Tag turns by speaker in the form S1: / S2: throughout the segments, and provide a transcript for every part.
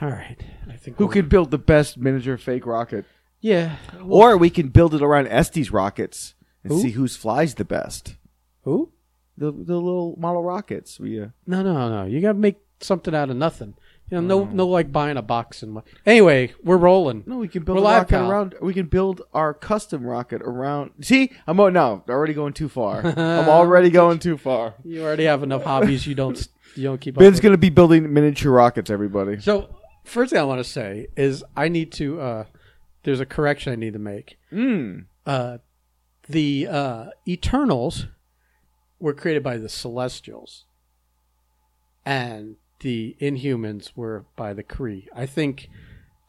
S1: All right. I think
S2: Who
S1: we'll-
S2: can build the best miniature fake rocket?
S1: Yeah.
S3: Or we can build it around Estes rockets and
S1: Who?
S3: see whose flies the best.
S1: Who?
S3: The the little model rockets. We uh,
S1: No, no, no. You gotta make something out of nothing. You know, no, no, like buying a box and. what- Anyway, we're rolling.
S3: no, we can build
S1: We're
S3: a
S1: live,
S3: rocket
S1: pal.
S3: around. We can build our custom rocket around. See, I'm oh, no already going too far. I'm already going too far.
S1: You already have enough hobbies. You don't. You don't keep up.
S3: Ben's
S1: with.
S3: gonna be building miniature rockets. Everybody.
S1: So first thing I want to say is I need to. Uh, there's a correction I need to make.
S3: Mm.
S1: Uh, the uh, Eternals were created by the Celestials, and the Inhumans were by the Kree. I think.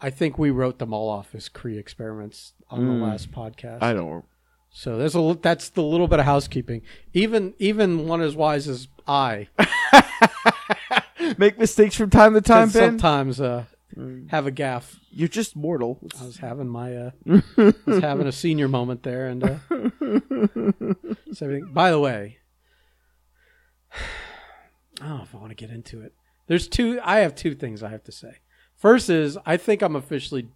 S1: I think we wrote them all off as Kree experiments on the last podcast.
S3: Hmm. I don't.
S1: So there's a li- that's the little bit of housekeeping. Even even one as wise as I
S3: Make mistakes from time to time,
S1: can
S3: Ben. Hmm.
S1: sometimes uh, have a gaff.
S3: You're just mortal.
S1: I was having my uh, was having a senior moment there, and uh, it's everything. By the way, I don't know if I want to get into it. There's two. I have two things I have to say. First is I think I'm officially.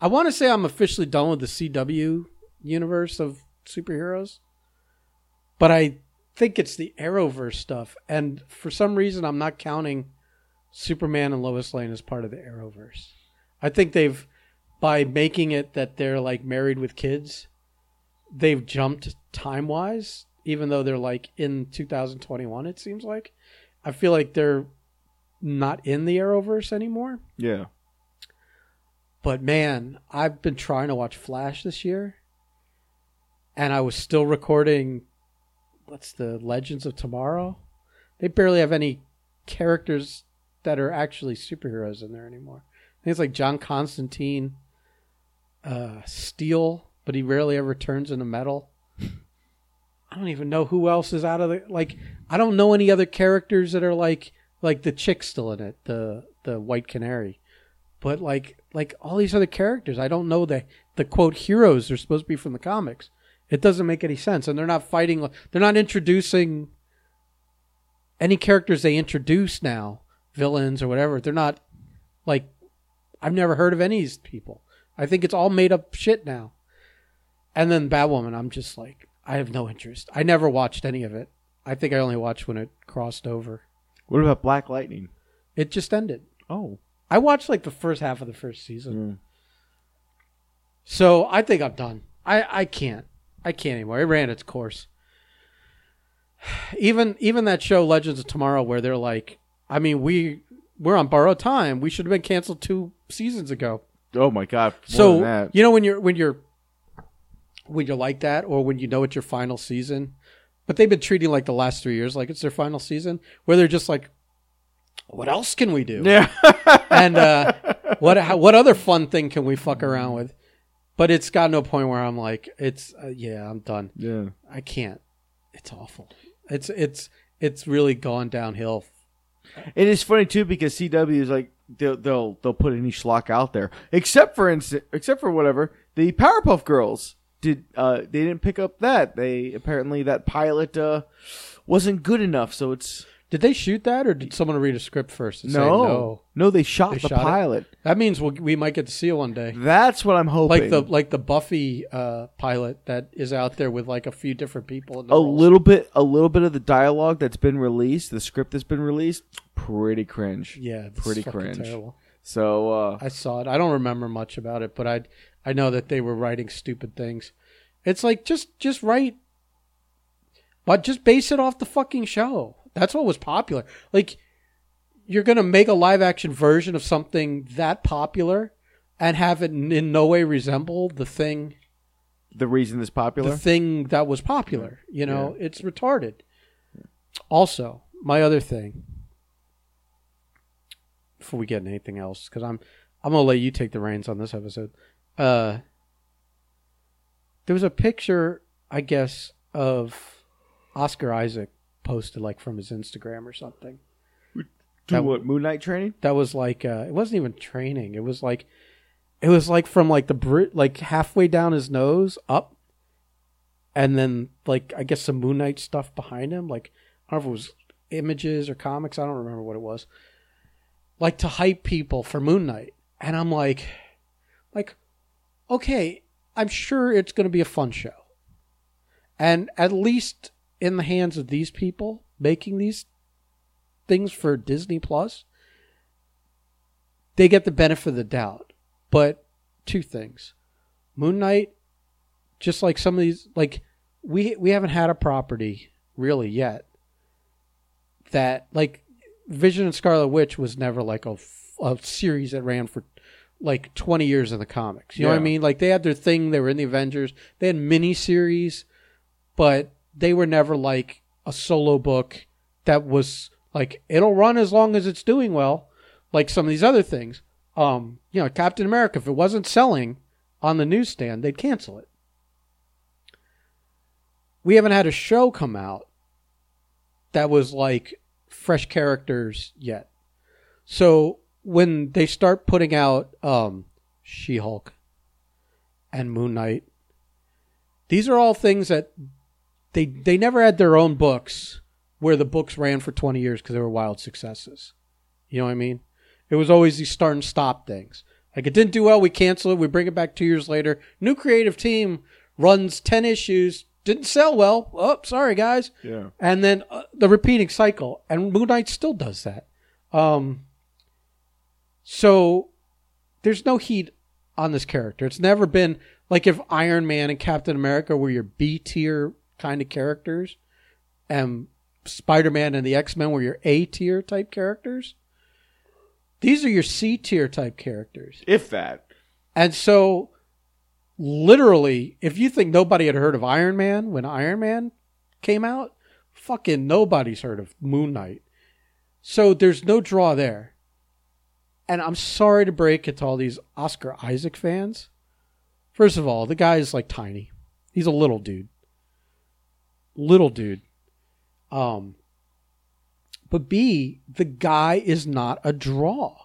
S1: I want to say I'm officially done with the CW universe of superheroes, but I think it's the Arrowverse stuff, and for some reason I'm not counting Superman and Lois Lane as part of the Arrowverse. I think they've by making it that they're like married with kids, they've jumped time wise, even though they're like in 2021, it seems like. I feel like they're not in the Arrowverse anymore.
S3: Yeah.
S1: But man, I've been trying to watch Flash this year, and I was still recording. What's the Legends of Tomorrow? They barely have any characters that are actually superheroes in there anymore. I think it's like John Constantine, uh, Steel, but he rarely ever turns into metal. I don't even know who else is out of the like. I don't know any other characters that are like like the chick still in it, the the White Canary but like like all these other characters i don't know the the quote heroes are supposed to be from the comics it doesn't make any sense and they're not fighting they're not introducing any characters they introduce now villains or whatever they're not like i've never heard of any of these people i think it's all made up shit now and then batwoman i'm just like i have no interest i never watched any of it i think i only watched when it crossed over
S3: What about Black Lightning?
S1: it just ended
S3: Oh.
S1: I watched like the first half of the first season.
S3: Mm.
S1: So I think I'm done. I, I can't. I can't anymore. It ran its course. Even even that show Legends of Tomorrow where they're like I mean we we're on borrowed time. We should have been canceled two seasons ago.
S3: Oh my God. More than
S1: so
S3: that.
S1: you know when you're when you're when you're like that or when you know it's your final season, but they've been treating like the last three years like it's their final season, where they're just like, What else can we do?
S3: yeah.
S1: and uh, what how, what other fun thing can we fuck around with? But it's gotten to a point where I'm like, it's uh, yeah, I'm done.
S3: yeah.
S1: I can't. It's awful. It's it's it's really gone downhill.
S3: It is funny too because CW is like they'll they'll, they'll put any schlock out there, except for instance, except for whatever the Powerpuff Girls did. Uh, they didn't pick up that they apparently that pilot uh wasn't good enough, so it's
S1: Did they shoot that, or did someone read a script first and
S3: no,
S1: say
S3: no,
S1: no?
S3: they shot
S1: They
S3: the
S1: shot it?
S3: pilot.
S1: That means we'll, we might get to see it one day,
S3: That's what I'm hoping.
S1: like the like the Buffy uh, pilot that is out there with like a few different people. In the
S3: a
S1: roles.
S3: little bit, a little bit of the dialogue that's been released, the script that's been released, pretty cringe.
S1: yeah, it's
S3: pretty
S1: fucking
S3: cringe.
S1: Terrible.
S3: So uh,
S1: I saw it. I don't remember much about it, but I I know that they were writing stupid things. It's like just just write, but just base it off the fucking show. That's what was popular. Like you're gonna make a live action version of something that popular and have it in, in no way resemble the thing
S3: the reason it's popular.
S1: the thing that was popular. You know, it's retarded. Also, my other thing, before we get into anything else, because I'm I'm gonna let you take the reins on this episode. Uh, there was a picture, I guess, of Oscar Isaac posted like from his Instagram or something.
S3: Do what Moon Knight training?
S1: That was like uh, it wasn't even training. It was like it was like from like the bri- like halfway down his nose up, and then like I guess some Moon Knight stuff behind him. Like I don't know if it was images or comics. I don't remember what it was. like to hype people for Moon Knight, and I'm like, like, okay, I'm sure it's going to be a fun show, and at least in the hands of these people making these things for Disney Plus, they get the benefit of the doubt. But two things, Moon Knight, just like some of these, like we we haven't had a property really yet that like Vision and Scarlet Witch was never like a, f- a series that ran for like 20 years in the comics. You know what I
S3: Yeah.
S1: mean? Like they had their thing, they were in the Avengers, they had mini series, but they were never like a solo book that was like it'll run as long as it's doing well, like some of these other things. Um, you know, Captain America if it wasn't selling on the newsstand, they'd cancel it. We haven't had a show come out that was like fresh characters yet. So when they start putting out um, She Hulk and Moon Knight, these are all things that they they never had their own books where the books ran for twenty years because they were wild successes. You know what I mean? It was always these start and stop things. Like it didn't do well, we cancel it, we bring it back two years later. New creative team runs ten issues, didn't sell well. Oh, sorry guys
S3: Yeah.
S1: and then uh, the repeating cycle. And Moon Knight still does that. Um, so there's no heat on this character. It's never been like if Iron Man and Captain America were your B tier kind of characters, and Spider Man and the X Men were your A tier type characters. These are your C tier type characters.
S3: If that.
S1: And so, literally, if you think nobody had heard of Iron Man when Iron Man came out, fucking nobody's heard of Moon Knight. So there's no draw there. And I'm sorry to break it to all these Oscar Isaac fans. First of all, the guy is like tiny. He's a little dude. Little dude. Um but B, the guy is not a draw.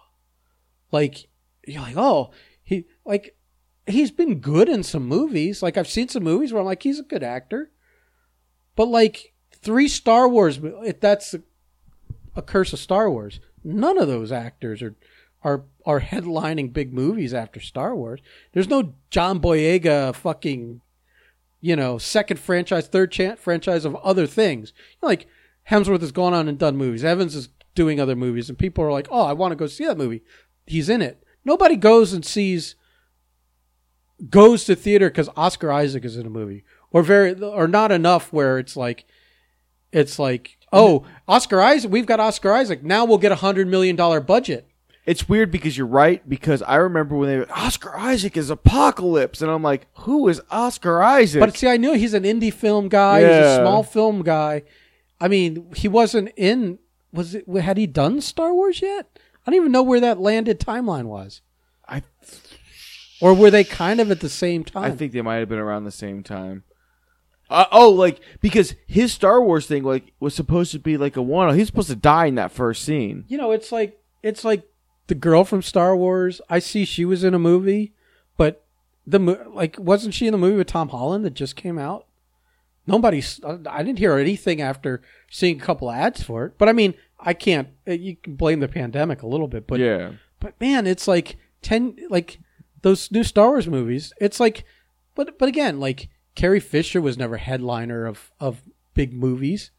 S1: Like you're like, oh, he like he's been good in some movies. Like I've seen some movies where I'm like, he's a good actor, but like three Star Wars, mo- if that's a, a curse of Star Wars, none of those actors are are are headlining big movies after Star Wars. There's no John Boyega fucking, you know, second franchise, third chan- franchise of other things. You know, like Hemsworth has gone on and done movies. Evans is doing other movies, and people are like, oh, I want to go see that movie. He's in it. Nobody goes and sees goes to theater because Oscar Isaac is in a movie, or very, or not enough where it's like, it's like, oh, Oscar Isaac, we've got Oscar Isaac. Now we'll get a hundred million dollar budget.
S3: It's weird because you're right. Because I remember when they were, Oscar Isaac is Apocalypse, and I'm like, who is Oscar Isaac?
S1: But see, I knew he's an indie film guy. He's a
S3: Yeah.
S1: small film guy. I mean, he wasn't in. Was it? Had he done Star Wars yet? I don't even know where that landed timeline was.
S3: I
S1: Or were they kind of at the same
S3: I
S1: time?
S3: think they might have been around the same time. Uh, oh, like because his Star Wars thing like was supposed to be like a one. He's supposed to die in that first scene.
S1: you know, it's like it's like the girl from Star Wars. I see she was in a movie, but the mo- like wasn't she in the movie with Tom Holland that just came out? Nobody, s- uh, I didn't hear anything after seeing a couple ads for it. But I mean, I can't. uh, You can blame the pandemic a little bit, but
S3: yeah,
S1: but man, it's like ten like those new Star Wars movies. It's like, but but again, like Carrie Fisher was never headliner of of big movies.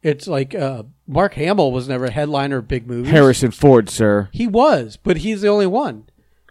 S1: It's like uh, Mark Hamill was never headliner of big movies.
S3: Harrison Ford, sir.
S1: He was, but he's the only one,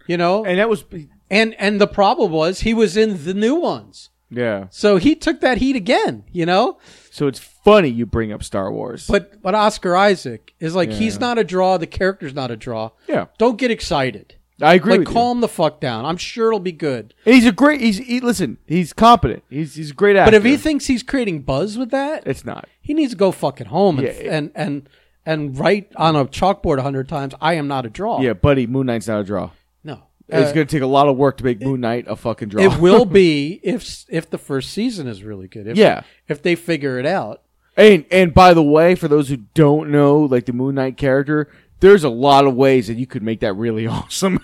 S1: you know.
S3: And that was
S1: And and the problem was he was in the new ones,
S3: yeah.
S1: so he took that heat again, you know.
S3: So it's funny you bring up Star Wars.
S1: But but Oscar Isaac is like he's
S3: Yeah.
S1: not a draw. The character's not a draw.
S3: yeah,
S1: Don't get excited.
S3: I agree.
S1: Like
S3: with you.
S1: calm the fuck down. I'm sure it'll be good.
S3: And he's a great. He's he, listen. He's competent. He's he's a great actor.
S1: But if he thinks he's creating buzz with that,
S3: it's not.
S1: he needs to go fucking home and
S3: Yeah, it-
S1: and and and write on a chalkboard a hundred times. I am not a draw.
S3: Yeah, buddy, Moon Knight's not a draw.
S1: No.
S3: it's
S1: Uh,
S3: gonna take a lot of work to make Moon Knight a fucking draw.
S1: It will be if if the first season is really good. If,
S3: Yeah.
S1: If they figure it out.
S3: And and by the way, for those who don't know, like the Moon Knight character, there's a lot of ways that you could make that really awesome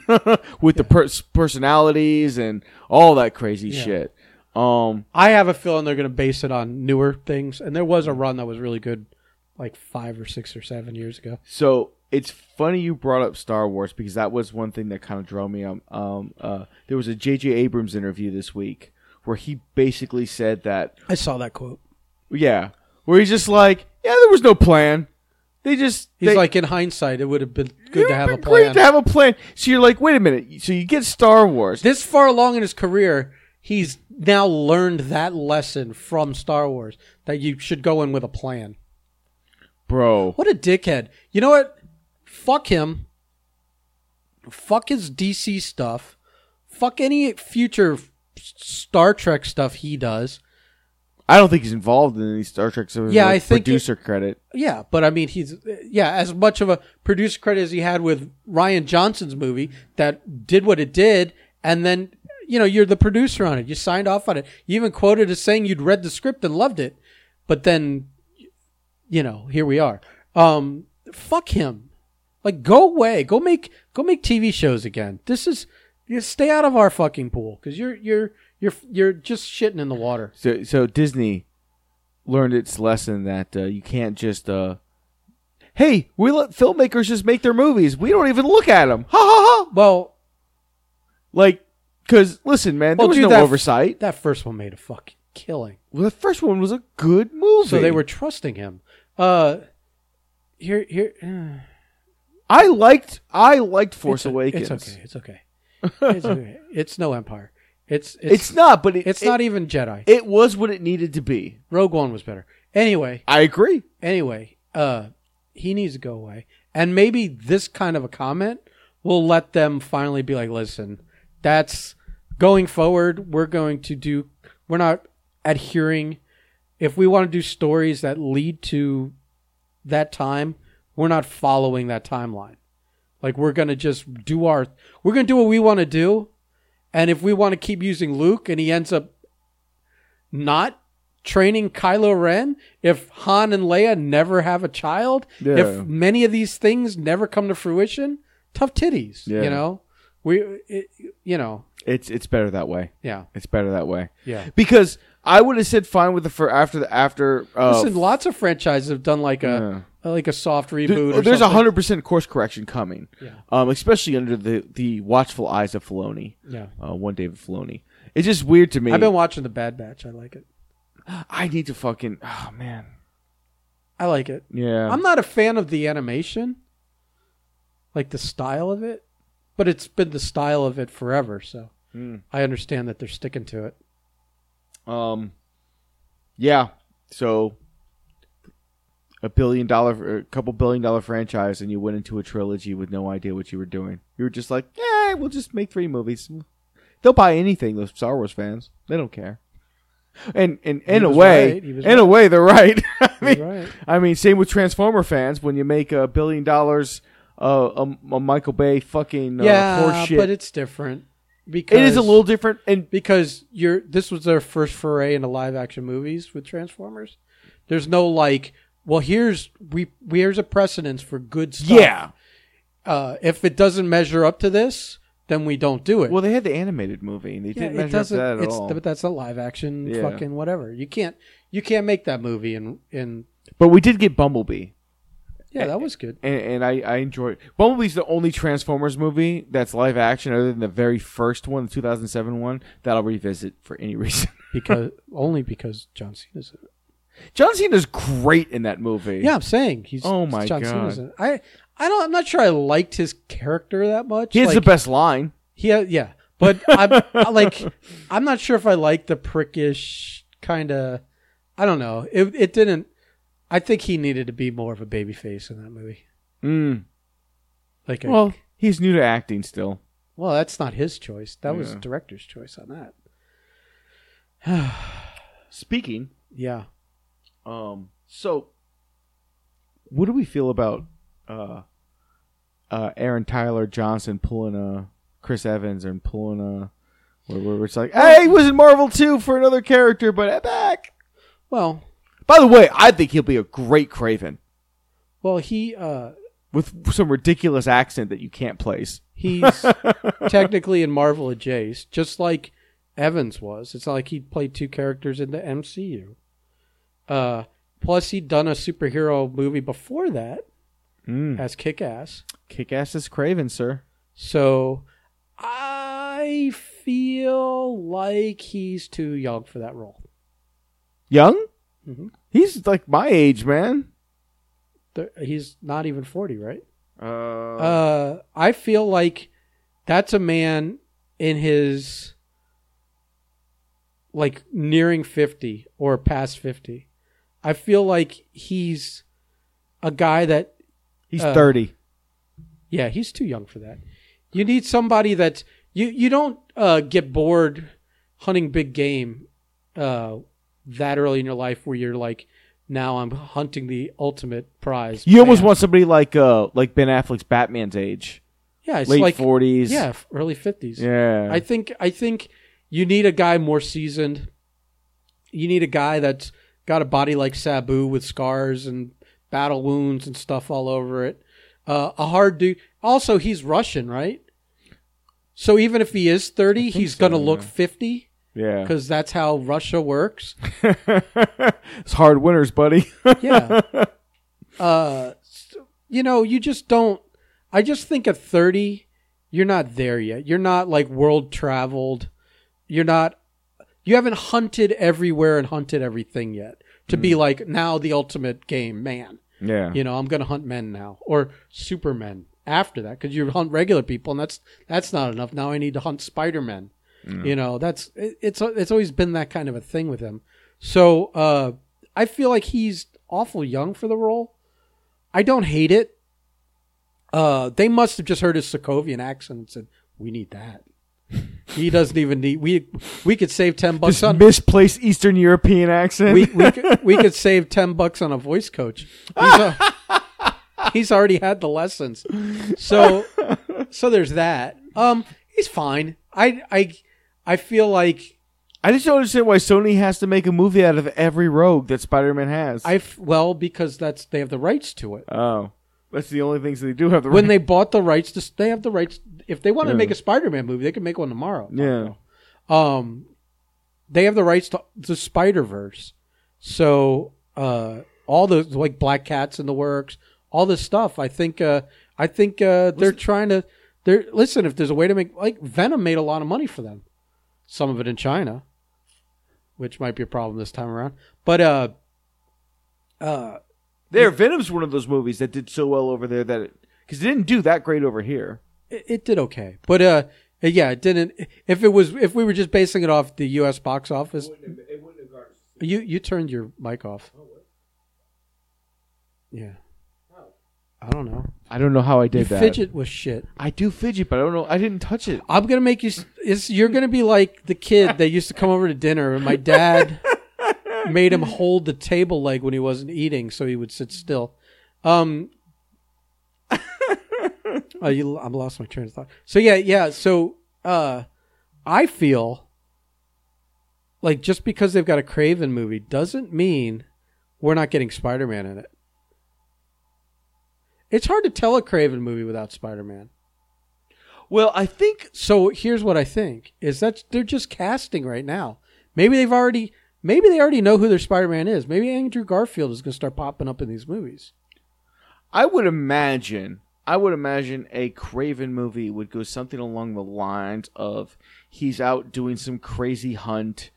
S3: with the pers- personalities and all that crazy shit. Um,
S1: I have a feeling they're going to base it on newer things. And there was a run that was really good, like five or six or seven years ago.
S3: so it's funny you brought up Star Wars because that was one thing that kind of drove me. Um, um uh, there was a J.J. Abrams interview this week where he basically said that
S1: I saw that quote.
S3: yeah, where he's just like, yeah, there was no plan. They just
S1: He's
S3: they,
S1: like, in hindsight, it would have been good to
S3: "It'd
S1: have
S3: be
S1: a plan.
S3: Great to have a plan. So you're like, wait a minute. So you get Star Wars.
S1: this far along in his career, he's now learned that lesson from Star Wars that you should go in with a plan.
S3: Bro,
S1: What a dickhead. You know what? Fuck him. Fuck his DC stuff. Fuck any future f- Star Trek stuff he does.
S3: I don't think he's involved in any Star Trek. So
S1: Yeah,
S3: like
S1: I think
S3: producer credit.
S1: Yeah, but I mean, he's, yeah, as much of a producer credit as he had with Ryan Johnson's movie that did what it did, and then, you know, you're the producer on it. You signed off on it. You even quoted as saying you'd read the script and loved it, but then, you know, here we are. Um, fuck him. Like, go away. Go make, go make TV shows again. This is, you stay out of our fucking pool because you're, you're, you're, you're just shitting in the water.
S3: So so Disney learned its lesson that uh, you can't just. Uh, hey, we let filmmakers just make their movies. We don't even look at them. Ha ha ha!
S1: Well,
S3: Like, cause listen, man, there
S1: Well,
S3: was
S1: dude,
S3: no
S1: that-
S3: oversight.
S1: that first one made a fucking killing.
S3: Well, the first one was a good movie.
S1: So they were trusting him. Uh, here, here. uh,
S3: I liked. I liked Force
S1: it's o-
S3: Awakens.
S1: It's okay. It's okay. It's, okay. it's no Empire. It's it's
S3: It's not, but it,
S1: it's
S3: it-
S1: not even Jedi.
S3: It was what it needed to be.
S1: Rogue One was better. Anyway,
S3: I agree.
S1: anyway. Uh, he needs to go away. And maybe this kind of a comment will let them finally be like, listen, that's going forward. We're going to do. We're not adhering. If we want to do stories that lead to that time, we're not following that timeline. Like we're gonna just do our we're gonna do what we wanna do. And if we wanna keep using Luke and he ends up not training Kylo Ren, if Han and Leia never have a child,
S3: Yeah.
S1: if many of these things never come to fruition, tough titties.
S3: Yeah.
S1: You know? We it, you know,
S3: It's it's better that way.
S1: yeah.
S3: It's better that way.
S1: Yeah.
S3: Because I would have said fine with the for after the after. Uh,
S1: Listen, lots of franchises have done like a like a soft reboot
S3: th-
S1: or
S3: there's a
S1: something.
S3: hundred percent course correction coming.
S1: Yeah.
S3: Um, especially under the the watchful eyes of Filoni.
S1: Yeah.
S3: Uh, one David Filoni. It's just weird to me.
S1: I've been watching The Bad Batch. I like it.
S3: I need to fucking. Oh man.
S1: I like it.
S3: Yeah.
S1: I'm not a fan of the animation, like the style of it, but it's been the style of it forever. So
S3: Mm.
S1: I understand that they're sticking to it.
S3: Um, yeah. So a billion dollar, or a couple billion dollar franchise, and you went into a trilogy with no idea what you were doing. You were just like, yeah, we'll just make three movies. They'll buy anything. Those Star Wars fans, they don't care. And and in a
S1: was
S3: way,
S1: right, he was
S3: in a way, they're right. I mean,
S1: right.
S3: I mean, same with Transformer fans. When you make a billion dollars, uh, a, a Michael Bay fucking uh,
S1: yeah,
S3: horseshit,
S1: but it's different because
S3: it is a little different. And
S1: because you're this was their first foray into live action movies with Transformers. There's no like, well, here's we here's a precedence for good stuff.
S3: yeah,
S1: Uh, if it doesn't measure up to this, then we don't do it.
S3: well, they had the animated movie, and they
S1: Yeah,
S3: didn't measure up to that at
S1: it's,
S3: all.
S1: But that's a live action
S3: Yeah.
S1: fucking whatever. You can't you can't make that movie and and
S3: But we did get Bumblebee,
S1: yeah, that was good.
S3: and, and I, I enjoyed Bumblebee's the only Transformers movie that's live action other than the very first one, the 2007 one, that I'll revisit for any reason.
S1: Because only because John Cena's in it.
S3: John Cena's great in that movie.
S1: Yeah, I'm saying he's
S3: Oh my
S1: John
S3: God.
S1: Cena's in it. I I don't I'm not sure I liked his character that much.
S3: He has
S1: like,
S3: the best line.
S1: he had- yeah. But I'm I like I'm not sure if I like the prickish kind of I don't know. It it didn't I think he needed to be more of a baby face in that movie.
S3: Mm.
S1: Like a,
S3: Well, he's new to acting still.
S1: Well, that's not his choice. That was
S3: Yeah.
S1: director's choice on that.
S3: Speaking,
S1: Yeah.
S3: um, so what do we feel about uh, uh, Aaron Tyler Johnson pulling a Chris Evans and pulling a where, where it's like, hey, he was in Marvel too for another character, but I'm back.
S1: Well,
S3: By the way, I think he'll be a great Craven
S1: well, he uh
S3: with some ridiculous accent that you can't place.
S1: he's technically in Marvel adjacent, just like Evans was. It's not like he played two characters in the MCU. Uh plus he'd done a superhero movie before that
S3: Mm.
S1: as Kick Ass.
S3: Kick ass is Craven, sir.
S1: So I feel like he's too young for that role.
S3: Young?
S1: Mhm.
S3: He's like my age, man.
S1: Th- He's not even 40, right?
S3: Uh,
S1: Uh, I feel like that's a man in his like nearing 50 or past 50. I feel like he's a guy that
S3: he's
S1: uh,
S3: 30.
S1: Yeah, he's too young for that. You need somebody that you you don't uh, get bored hunting big game uh, that early in your life where you're like, now I'm hunting the ultimate prize.
S3: You almost
S1: Man.
S3: want somebody like uh like Ben Affleck's Batman's age,
S1: yeah, it's
S3: late
S1: like
S3: 40s.
S1: yeah, f- early fifties.
S3: Yeah.
S1: I think I think you need a guy more seasoned. You need a guy that's got a body like Sabu with scars and battle wounds and stuff all over it. Uh, a hard dude. Also, he's Russian, right? So even if he is thirty, he's
S3: so,
S1: gonna look
S3: yeah.
S1: fifty
S3: yeah.
S1: because that's how Russia works.
S3: it's hard winners, buddy.
S1: Yeah. uh, s- you know, you just don't. I just think at 30, you're not there yet. You're not like world traveled. You're not. You haven't hunted everywhere and hunted everything yet to be like now the ultimate game man.
S3: yeah.
S1: You know, I'm going to hunt men now or supermen after that because you hunt regular people and that's that's not enough. Now I need to hunt Spider Men. You know, that's it, it's it's always been that kind of a thing with him. So uh, I feel like he's awful young for the role. I don't hate it. Uh, they must have just heard his Sokovian accent and said, "We need that." he doesn't even need. We we could save ten bucks
S3: This
S1: on
S3: misplaced Eastern European accent.
S1: we we could, we could save ten bucks on a voice coach. He's, a, he's already had the lessons, so so there's that. Um, he's fine. I I I feel like
S3: I just don't understand why Sony has to make a movie out of every rogue that Spider-Man has.
S1: I f- well because that's they have the rights to it.
S3: oh, that's the only things that they do have the
S1: When
S3: right.
S1: they bought the rights, to, they have the rights. If they want to
S3: Yeah.
S1: make a Spider-Man movie, they can make one tomorrow.
S3: yeah.
S1: um they have the rights to the spider verse so uh all those like black cats in the works all this stuff i think uh i think uh they're trying to they're listen if there's a way to make like venom made a lot of money for them some of it in china which might be a problem this time around but uh uh
S3: There, Venom's one of those movies that did so well over there that it because it didn't do that great over here.
S1: it, it did okay but uh yeah it didn't if it was if we were just basing it off the us box office you you turned your mic off yeah i don't know
S3: I don't know how I
S1: you
S3: did that.
S1: fidget with shit
S3: I do fidget, but I don't know. I didn't touch it.
S1: i'm gonna make you s- it's, you're gonna be like the kid that used to come over to dinner and my dad made him hold the table leg when he wasn't eating so he would sit still um oh, you, i lost my train of thought so yeah yeah so uh i feel like just because they've got a craven movie doesn't mean we're not getting spider-man in it it's hard to tell a craven movie without spider-man
S3: Well, I think
S1: so here's what I think is that they're just casting right now. Maybe they've already maybe they already know who their Spider-Man is. Maybe Andrew Garfield is going to start popping up in these movies.
S3: I would imagine. I would imagine a Craven movie would go something along the lines of he's out doing some crazy hunt.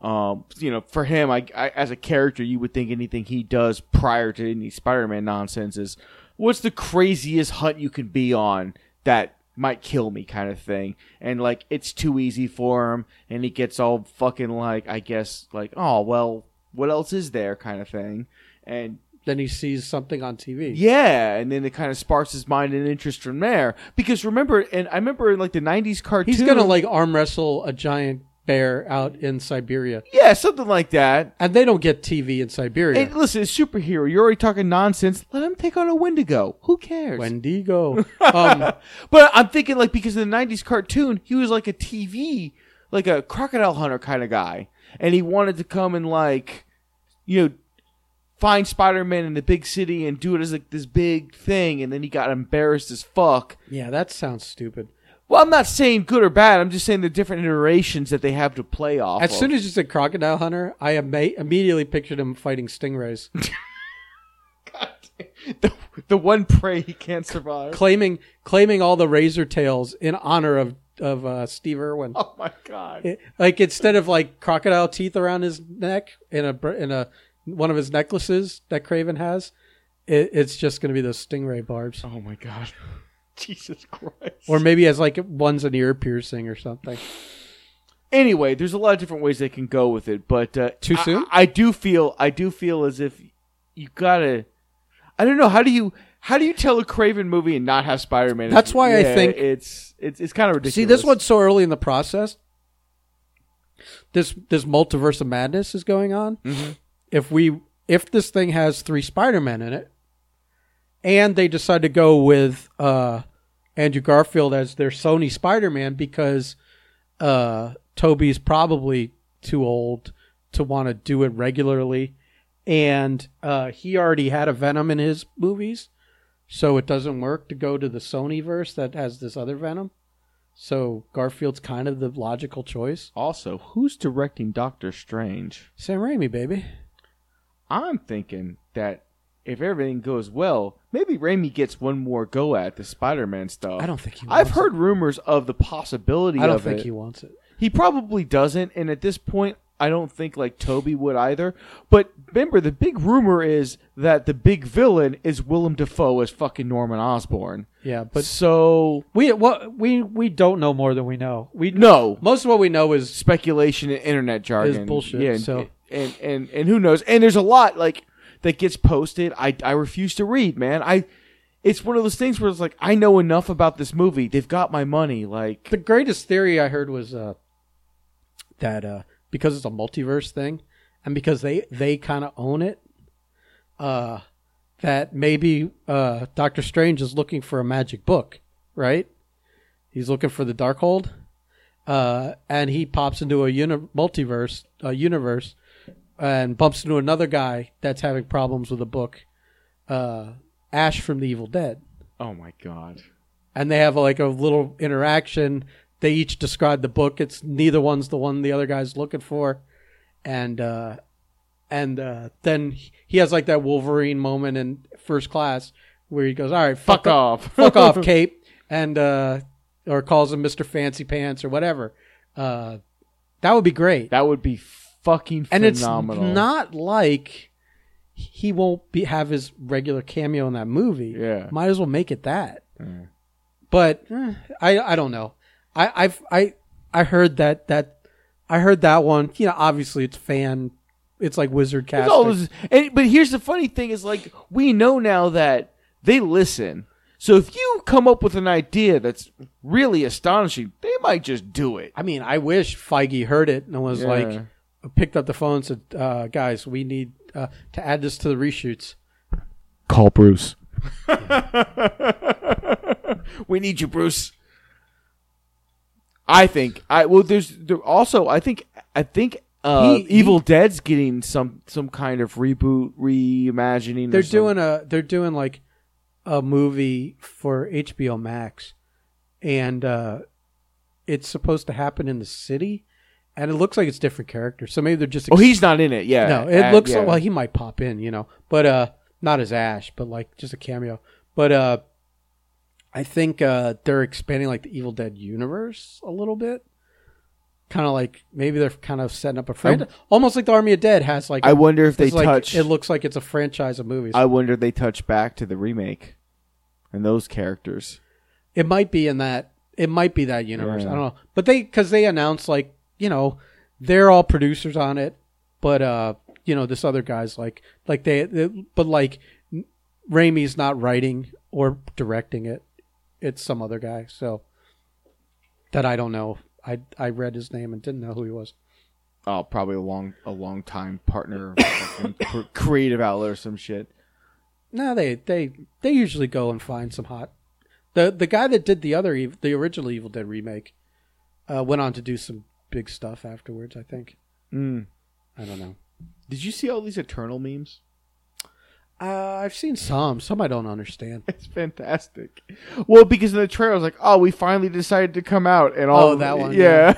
S3: Um, you know, for him, I, I as a character, you would think anything he does prior to any Spider-Man nonsense is what's the craziest hunt you can be on that might kill me kind of thing and like it's too easy for him and he gets all fucking like i guess like oh well what else is there kind of thing and
S1: Then he sees something on TV.
S3: yeah, and then it kind of sparks his mind and interest from there. Because remember, and I remember in like the '90s cartoon,
S1: He's going to like arm wrestle a giant bear out in Siberia.
S3: yeah, something like that.
S1: And they don't get TV in Siberia.
S3: And listen, it's superhero. You're already talking nonsense. Let him take on a Wendigo. Who cares?
S1: Wendigo. um,
S3: but I'm thinking like because in the '90s cartoon, he was like a TV, like a crocodile hunter kind of guy, and he wanted to come and like, you know, find Spider-Man in the big city and do it as like this big thing, and then he got embarrassed as fuck.
S1: yeah, that sounds stupid.
S3: Well, I'm not saying good or bad. I'm just saying the different iterations that they have to play off.
S1: As
S3: of.
S1: soon as you said crocodile hunter, I ama- immediately pictured him fighting stingrays.
S3: the, the one prey he can't survive.
S1: claiming claiming all the razor tails in honor of of uh, Steve Irwin.
S3: Oh my god.
S1: It- like instead of like crocodile teeth around his neck in a br- in a one of his necklaces that Craven has, it, it's just going to be those stingray barbs,
S3: Oh my god. Jesus Christ.
S1: or maybe as like one's an ear piercing or something.
S3: anyway, there's a lot of different ways they can go with it, but uh,
S1: Too
S3: I-
S1: soon?
S3: I, do feel I do feel as if you gotta. I don't know how do you how do you tell a Craven movie and not have Spider Man?
S1: That's why I think-
S3: it's it's it's kind of ridiculous.
S1: See, this one's so early in the process. This this multiverse of madness is going on. If we if this thing has three Spider Men in it, and they decide to go with uh, Andrew Garfield as their Sony Spider Man because uh, Toby's probably too old to want to do it regularly, and uh, he already had a Venom in his movies, so it doesn't work to go to the Sony verse that has this other Venom. So Garfield's kind of the logical choice.
S3: Also, who's directing Doctor Strange?
S1: Sam Raimi, baby.
S3: I'm thinking that if everything goes well, maybe Raimi gets one more go at the Spider Man stuff.
S1: I don't think he. Wants
S3: I've heard rumors of the possibility
S1: It. I don't
S3: of
S1: think
S3: it.
S1: he wants it.
S3: He probably doesn't, and at this point, I don't think like Toby would either. But remember, the big rumor is that the big villain is Willem Dafoe as fucking Norman Osborn.
S1: Yeah,
S3: But
S1: but
S3: so
S1: we what we we don't know more than we know. We
S3: no
S1: most of what we know is
S3: speculation and internet jargon
S1: bullshit,
S3: Yeah, and,
S1: so-
S3: and, and and who knows? And there's a lot like that gets posted. I I refuse to read, man. I. It's one of those things where it's like I know enough about this movie. They've got my money. Like
S1: the greatest theory I heard was uh, that uh, because it's a multiverse thing, and because they they kind of own it, uh, that maybe uh, Doctor Strange is looking for a magic book, right? He's looking for the Darkhold, uh, and he pops into a uni- multiverse, a universe, and bumps into another guy that's having problems with a book, uh, Ash from the Evil Dead
S3: oh my god.
S1: and they have like a little interaction. They each describe the book. It's neither one's the one the other guy's looking for, and uh, and uh, then he has like that Wolverine moment in First Class where he goes, "All right,
S3: Fuck
S1: fuck off,
S3: off.
S1: fuck off, Cape," and uh, or calls him Mister Fancy Pants or whatever. Uh, that would be great,
S3: That would be fucking
S1: and
S3: phenomenal.
S1: it's not like he won't be have his regular cameo in that movie.
S3: Yeah. Mm.
S1: might as well make it that but eh, I I don't know. I I've I I heard that that I heard that one. You know, obviously it's fan. It's like wizard
S3: It's
S1: casting.
S3: all this- and, but here's the funny thing is like we know now that they listen. So if you come up with an idea that's really astonishing, they might just do it.
S1: I mean, I wish Feige heard it and was
S3: Yeah.
S1: like picked up the phone and said, uh, "Guys, we need uh, to add this to the reshoots."
S3: Call Bruce. we need you, Bruce. I think I well. There's there also I think I think uh,
S1: He- he-
S3: Evil Dead's getting some some kind of reboot reimagining. or
S1: They're
S3: something.
S1: doing a they're doing like a movie for HBO Max, and uh, it's supposed to happen in the city, and it looks like it's different characters. So maybe they're just
S3: Oh, he's not in it. Yeah.
S1: No, it
S3: Uh,
S1: looks
S3: yeah.
S1: like well he might pop in, you know, but uh, not as Ash, but like just a cameo. But uh, I think uh, they're expanding like the Evil Dead universe a little bit. Kind of like maybe they're kind of setting up a franchise, almost like the Army of Dead has like.
S3: I wonder if they
S1: it's like-
S3: touch.
S1: It looks like it's a franchise of movies.
S3: I wonder if they touch back to the remake and those characters.
S1: It might be in that. It might be that universe.
S3: Yeah.
S1: I don't know, but they because they announced like you know they're all producers on it, but uh you know this other guy's like like they, they but like n- Raimi's not writing or directing it. It's some other guy. So that I don't know. I I read his name and didn't know who he was.
S3: Oh, probably a long, a long time partner, fucking cr- creative outlet or some shit.
S1: No, they they they usually go and find some hot. The the guy that did the other ev- the original Evil Dead remake uh, went on to do some big stuff afterwards. I think.
S3: Mm.
S1: I don't know.
S3: Did you see all these Eternal memes?
S1: Uh, I've seen some. Some I don't understand.
S3: It's fantastic. Well, because in the trailer, I was like, "Oh, we Oh, finally decided to come out," and all
S1: Oh, that one,
S3: Yeah,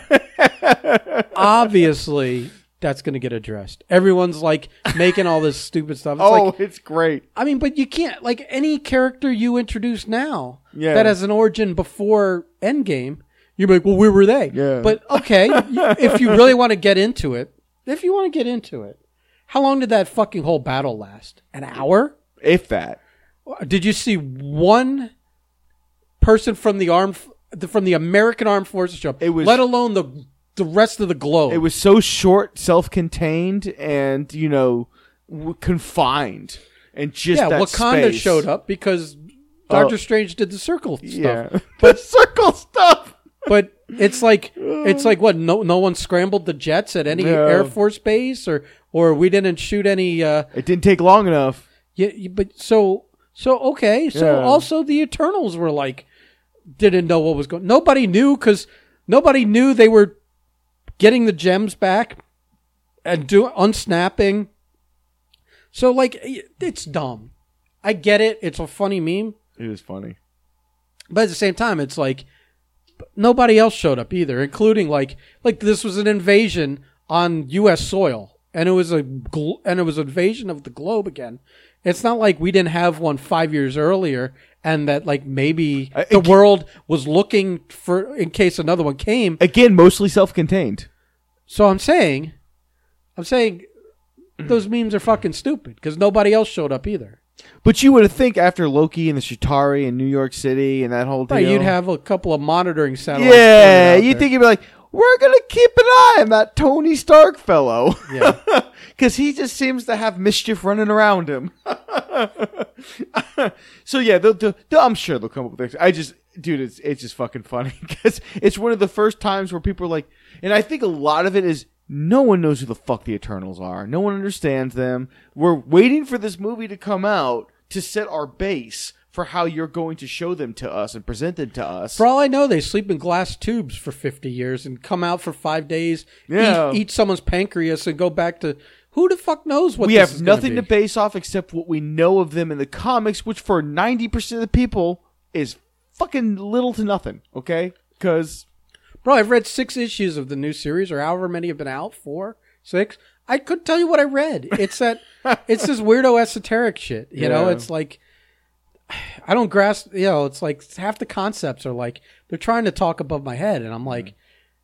S1: Obviously, that's going to get addressed. Everyone's like making all this stupid stuff. It's
S3: oh,
S1: like
S3: it's great.
S1: I mean, but you can't like any character you introduce now
S3: Yeah.
S1: that has an origin before Endgame. You're like, well, where were they?
S3: Yeah.
S1: But okay, y- if you really want to get into it, if you want to get into it, how long did that fucking whole battle last? An hour?
S3: If that.
S1: Did you see one person from the armed from the American Armed Forces show? up,
S3: It was-
S1: let alone the the rest of the globe.
S3: It was so short, self-contained, and you know, w- confined, and just
S1: yeah,
S3: that
S1: Wakanda
S3: space. Oh.
S1: showed up because Doctor Strange did the circle stuff.
S3: Yeah, but circle stuff.
S1: But it's like it's like what no no one scrambled the jets at any
S3: No.
S1: Air Force base or or we didn't shoot any. Uh,
S3: It didn't take long enough.
S1: yeah, but so so okay. So
S3: Yeah.
S1: also the Eternals were like didn't know what was going. Nobody knew because nobody knew they were getting the gems back and do unsnapping. So like it's dumb. I get it. It's a funny meme.
S3: It was funny.
S1: but at the same time it's like nobody else showed up either including like like this was an invasion on us soil and it was a gl- and it was an invasion of the globe again it's not like we didn't have one 5 years earlier and that like maybe
S3: I-
S1: the world was looking for in case another one came
S3: Again, mostly self-contained.
S1: so i'm saying i'm saying
S3: Mm-hmm.
S1: those memes are fucking stupid cuz nobody else showed up either
S3: But you would think after Loki and the Chitari and New York City and that whole deal,
S1: right, you'd have a couple of monitoring satellites
S3: yeah,
S1: pointed out
S3: you
S1: there.
S3: think you'd be like, we're gonna keep an eye on that Tony Stark fellow,
S1: Yeah.
S3: because he just seems to have mischief running around him. so yeah, they'll, they'll, they'll- I'm sure they'll come up with things. I just, dude, it's it's just fucking funny because it's one of the first times where people are like, and I think a lot of it is. No one knows who the fuck the Eternals are. No one understands them. We're waiting for this movie to come out to set our base for how you're going to show them to us and present them to us.
S1: For all I know, they sleep in glass tubes for 50 years and come out for five days,
S3: Yeah.
S1: eat, eat someone's pancreas, and go back to who the fuck knows what
S3: we
S1: this
S3: have
S1: is gonna
S3: nothing
S1: be.
S3: to base off except what we know of them in the comics, which for ninety percent of the people is fucking little to nothing. Okay, because
S1: Bro, I've read six issues of the new series, or however many have been out four, six. I couldn't tell you what I read. It's that, it's this weirdo esoteric shit. You know,
S3: Yeah.
S1: it's like, I don't grasp, you know, it's like half the concepts are like, they're trying to talk above my head. And I'm like,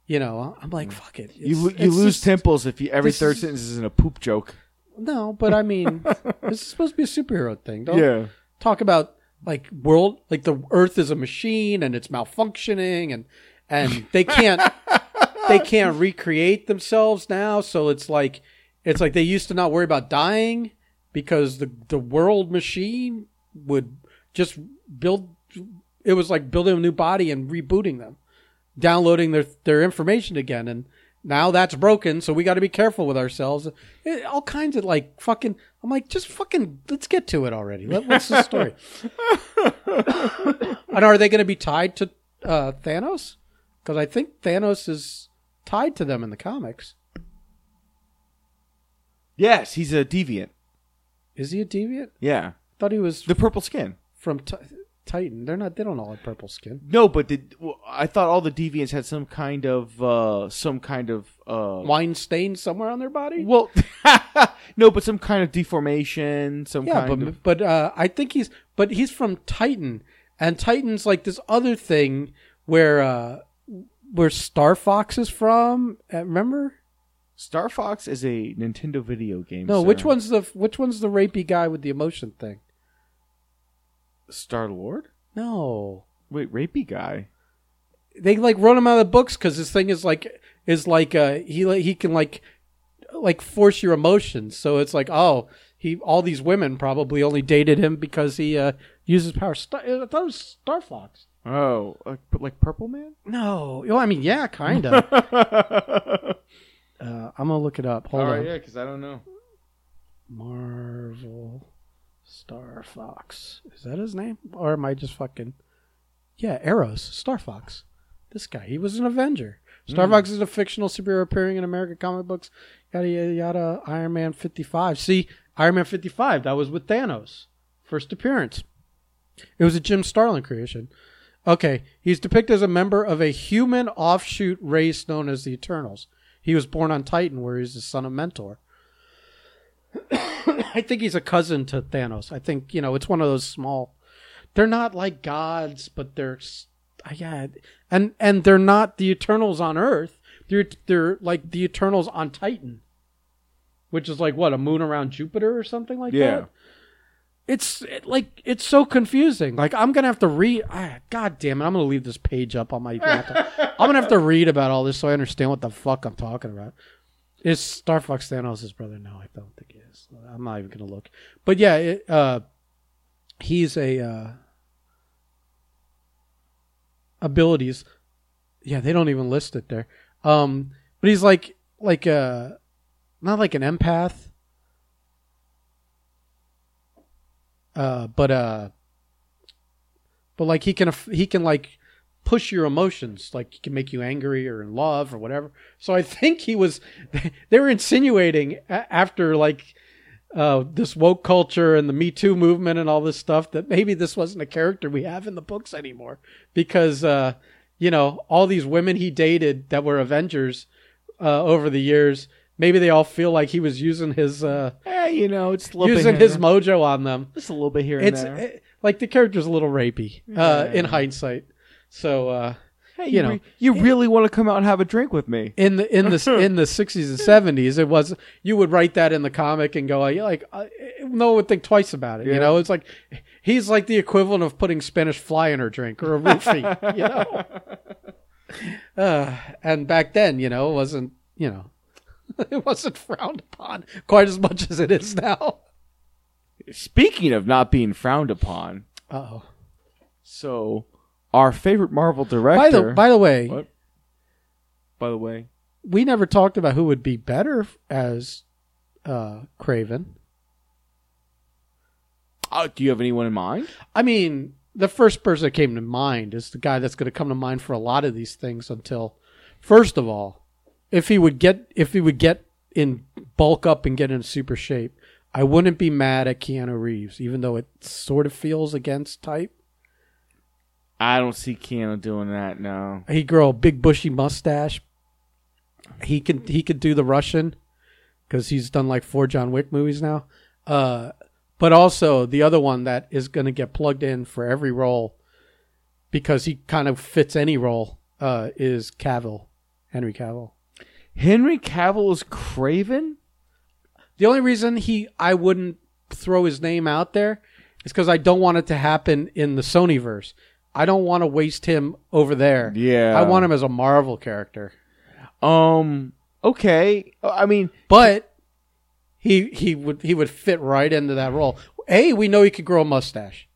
S1: you know, I'm like, fuck it.
S3: Mm. you
S1: It's-
S3: lo- you
S1: it's
S3: lose
S1: just-
S3: temples if you every
S1: this
S3: third
S1: is-
S3: sentence isn't a poop joke.
S1: No, but I mean, this is supposed to be a superhero thing. Don't,
S3: Yeah.
S1: talk about like world like the earth is a machine and it's malfunctioning and and they can't they can't recreate themselves now so it's like it's like they used to not worry about dying because the the world machine would just build it was like building a new body and rebooting them downloading their their information again and now that's broken so we got to be careful with ourselves It- all kinds of like fucking i'm like just fucking let's get to it already What- what's the story and are they going to be tied to uh, thanos because i think thanos is tied to them in the comics
S3: Yes, he's a deviant.
S1: is he a deviant
S3: Yeah,
S1: i thought he was
S3: the purple skin.
S1: from Ti- titan they're not they don't all have purple skin
S3: No, but did, well, I thought all the deviants had some kind of uh some kind of uh
S1: wine stain somewhere on their body
S3: well no, but some kind of deformation, some
S1: Yeah,
S3: kind
S1: but
S3: of
S1: but uh, I think he's but he's from Titan, and Titan's like this other thing where uh, where Star Fox is from. Uh, remember?
S3: Star Fox is a Nintendo video game.
S1: No,
S3: sir.
S1: which one's the which one's the rapey guy with the emotion thing?
S3: Star Lord?
S1: No,
S3: Wait, rapey guy.
S1: they like wrote him out of the books because this thing is like is like uh, he like, he can like like force your emotions. So it's like oh he all these women probably only dated him because he uh, uses power. Star, I thought it was Star Fox.
S3: Oh, like, but like Purple Man?
S1: No, well, I mean yeah, kind of.
S3: All right,
S1: Uh, I'm gonna look it up. Hold on.
S3: Oh, yeah, because I don't know.
S1: Marvel Star Fox. Is that his name? Or am I just fucking? Yeah, Arrows Star Fox. This guy. He was an Avenger. Star Fox is a fictional superhero appearing in American comic books. Yada yada yada. Iron Man 55. See, Iron Man 55. That was with Thanos. First appearance. It was a Jim Starlin creation. Okay, he's depicted as a member of a human offshoot race known as the Eternals. He was born on Titan, where he's the son of Mentor. I think he's a cousin to Thanos. I think you know it's one of those small. They're not like gods, but they're s- I- yeah, and and they're not the Eternals on Earth. They're they're like the Eternals on Titan, which is like what a moon around Jupiter or something like
S3: Yeah.
S1: that. It's it, like it's so confusing. Like I'm gonna have to read. Ah, God damn it! I'm gonna leave this page up on my laptop. I'm gonna have to read about all this so I understand what the fuck I'm talking about. Is Star Fox Thanos his brother? No, I don't think he is. I'm not even gonna look. But yeah, it, uh, he's a uh, abilities. Yeah, they don't even list it there. Um, but he's like like a not like an empath, uh, but uh, but like he can aff- he can like push your emotions, like he can make you angry or in love or whatever. So I think he was they were insinuating a- after like uh, this woke culture and the Me Too movement and all this stuff that maybe this wasn't a character we have in the books anymore because uh, you know all these women he dated that were Avengers uh, over the years maybe they all feel like he was using his uh,
S3: Eh, you know, it's a little
S1: using
S3: bit here
S1: his
S3: and-
S1: mojo on them.
S3: just a little bit here
S1: It's
S3: and there.
S1: eh, like the character's a little rapey uh,
S3: Yeah.
S1: in hindsight. So uh,
S3: hey,
S1: you know,
S3: re- you really want to come out and have a drink with me?
S1: in the in the in the 60s and 70s it was you would write that in the comic and go like, like uh, no one would think twice about it you
S3: Yeah.
S1: know it's like he's like the equivalent of putting spanish fly in her drink or a roofie you know uh, and back then you know it wasn't you know it wasn't frowned upon quite as much as it is now
S3: Speaking of not being frowned upon,
S1: oh
S3: so our favorite Marvel director.
S1: by the by the way
S3: What? by the way,
S1: we never talked about who would be better as uh craven
S3: oh, do you have anyone in mind?
S1: I mean, the first person that came to mind is the guy that's going to come to mind for a lot of these things until first of all, if he would get if he would get in bulk up and get in super shape, I wouldn't be mad at Keanu Reeves even though it sort of feels against type.
S3: I don't see Keanu doing that. No,
S1: He grow a big bushy mustache. He can he could do the Russian cuz he's done like four John Wick movies now. Uh but also the other one that is going to get plugged in for every role because he kind of fits any role uh, is Cavill, Henry Cavill.
S3: Henry Cavill is Craven.
S1: The only reason he I wouldn't throw his name out there is because I don't want it to happen in the Sonyverse. I don't want to waste him over there.
S3: Yeah.
S1: I want him as a Marvel character.
S3: Um. Okay. I mean,
S1: but he he would he would fit right into that role. A, we know he could grow a mustache,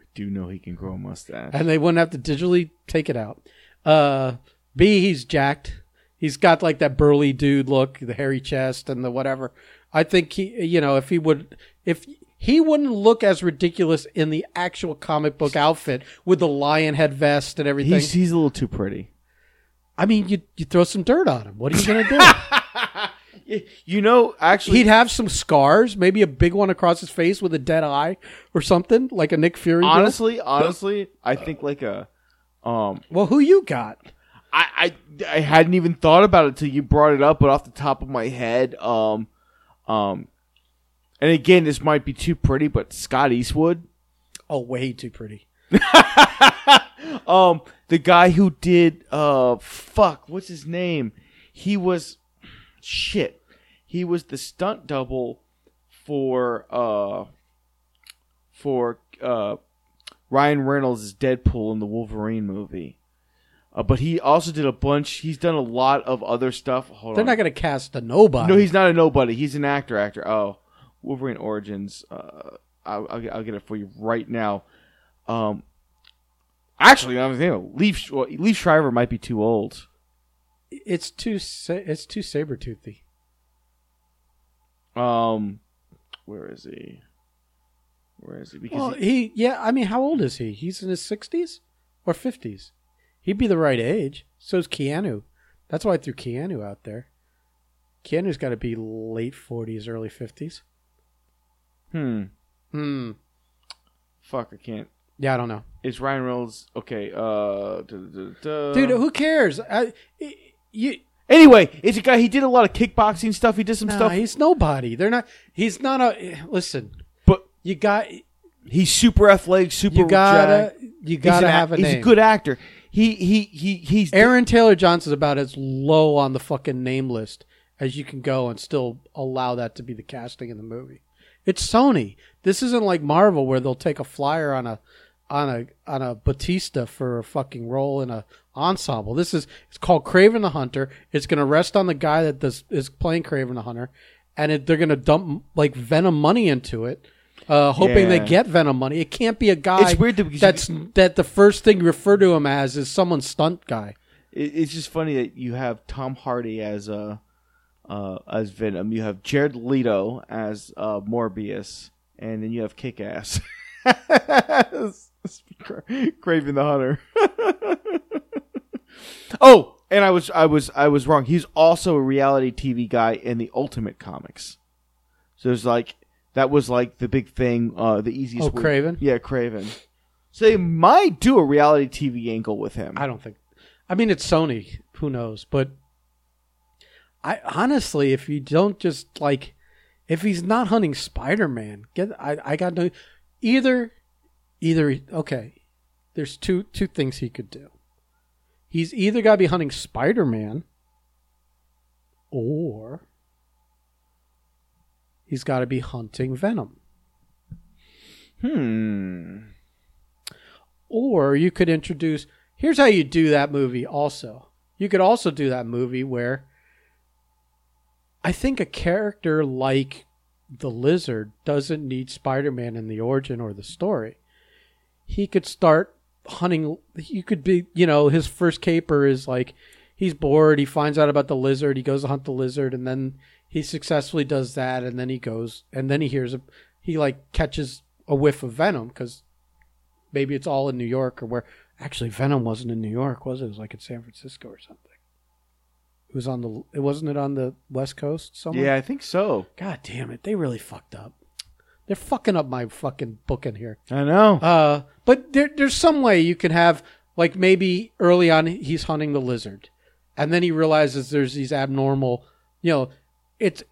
S3: I do know he can grow a mustache.
S1: and they wouldn't have to digitally take it out. Uh, B, he's jacked. He's got like that burly dude look, the hairy chest, and the whatever. I think he, you know, if he would, if he wouldn't look as ridiculous in the actual comic book outfit with the lion head vest and everything.
S3: He's he's a little too pretty.
S1: I mean, you you throw some dirt on him. What are you gonna do?
S3: You know, actually,
S1: He'd have some scars, maybe a big one across his face with a dead eye or something, like a Nick Fury. deal.
S3: honestly, honestly, I think like a, um,
S1: Well, who you got?
S3: I, I I hadn't even thought about it till you brought it up, but off the top of my head, um, um, and again, this might be too pretty, but Scott Eastwood,
S1: Oh, way too pretty.
S3: um, the guy who did, uh, fuck, what's his name? He was, shit, he was the stunt double for, uh, for, uh, Ryan Reynolds' Deadpool in the Wolverine movie. Uh, but he also did a bunch. He's done a lot of other stuff. Hold
S1: They're
S3: on.
S1: not going to cast a nobody.
S3: No, he's not a nobody. He's an actor. Actor. Oh, Wolverine Origins. Uh, I'll, I'll, get- I'll get it for you right now. Um, actually, I was thinking Leaf. Sh- well, Leaf Shriver might be too old.
S1: it's too sa- it's too saber toothy.
S3: Um, where is he? Where is he? Because
S1: Well,
S3: he-
S1: he yeah. I mean, how old is he? He's in his sixties or fifties. He'd be the right age. So's Keanu. That's why I threw Keanu out there. Keanu's got to be late forties, early fifties.
S3: hmm.
S1: Hmm.
S3: Fuck, I can't.
S1: Yeah, I don't know.
S3: It's Ryan Reynolds. Okay. Uh, duh, duh, duh, duh.
S1: dude who cares I, you
S3: Anyway, it's a guy. He did a lot of kickboxing stuff. He did some
S1: Nah,
S3: stuff.
S1: he's nobody. They're not. He's not a. Listen,
S3: But-
S1: you got
S3: He's super athletic, super.
S1: you gotta
S3: jacked.
S1: you
S3: He's an
S1: gotta
S3: ac-
S1: have a
S3: He's
S1: name.
S3: a good actor. He he he he's
S1: Aaron Taylor Johnson's about as low on the fucking name list as you can go, and still allow that to be the casting in the movie. It's Sony. This isn't like Marvel where they'll take a flyer on a on a on a Batista for a fucking role in a ensemble. This is it's called Craven the Hunter. It's gonna rest on the guy that does, is playing Craven the Hunter, and it, they're gonna dump like Venom money into it. Uh, hoping they
S3: Yeah.
S1: get Venom money. It can't be a guy
S3: It's weird that- because
S1: that's that the first thing you refer to him as is someone's stunt guy.
S3: it, it's just funny that you have Tom Hardy as uh, uh, as Venom, you have Jared Leto as uh, Morbius, and then you have Kick Ass. Craving the Hunter. oh, and I was I was I was wrong. He's also a reality TV guy in the Ultimate Comics. So there's like that was like the big thing, uh, the easiest.
S1: Oh,
S3: way-
S1: Craven?
S3: Yeah, Craven. So they might do a reality TV angle with him.
S1: I don't think. I mean, it's Sony. Who knows? But I honestly, if you don't just like, if he's not hunting Spider Man, get I I got no either either okay. There's two two things he could do. He's either got to be hunting Spider Man, or he's got to be hunting Venom.
S3: Hmm.
S1: Or you could introduce. Here's how you do that movie. Also, you could also do that movie where I think a character like the Lizard doesn't need Spider-Man in the origin or the story. He could start hunting. You could be, you know, his first caper is like he's bored. He finds out about the Lizard. He goes to hunt the Lizard, and then he successfully does that. And then he goes, and then he hears a, he like catches a whiff of Venom because maybe it's all in New York or where actually Venom wasn't in New York, was it? It was like in San Francisco or something. It was on the it wasn't it on the West Coast somewhere?
S3: Yeah, I think so.
S1: God damn it. They really fucked up. They're fucking up my fucking book in here.
S3: I know.
S1: Uh, but there, there's some way you can have, like, maybe early on he's hunting the lizard. And then he realizes there's these abnormal, you know, it's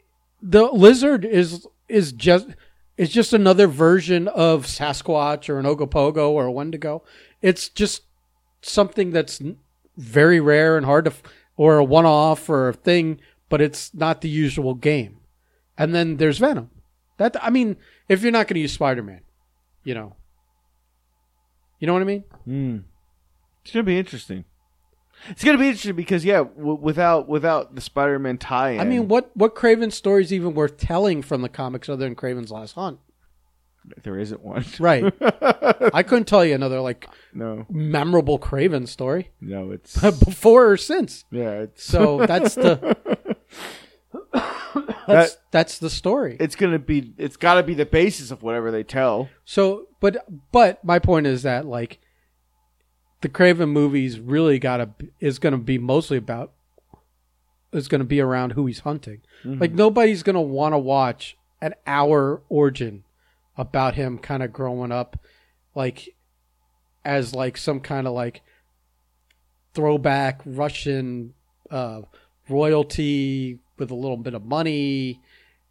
S1: the lizard is is just it's just another version of Sasquatch or an Ogopogo or a Wendigo. It's just something that's n- very rare and hard to, f- or a one off or a thing, but it's not the usual game. And then there's Venom. That I mean, if you're not going to use Spider Man, you know, you know what I mean?
S3: Hmm. It's gonna be interesting. It's gonna be interesting because yeah, w- without without the Spider-Man tie-in,
S1: I mean, what what Craven story is even worth telling from the comics other than Craven's Last Hunt?
S3: there isn't one.
S1: Right. I couldn't tell you another like
S3: no,
S1: memorable Craven story
S3: no, it's
S1: before or since.
S3: yeah, it's
S1: So that's the that's that's the story.
S3: it's gonna be it's got to be the basis of whatever they tell.
S1: So, but but my point is that like the Craven movies really gotta is gonna be mostly about is gonna be around who he's hunting. Like
S3: Mm-hmm.
S1: nobody's gonna want to watch an hour origin about him kind of growing up, like as like some kind of like throwback Russian uh, royalty with a little bit of money,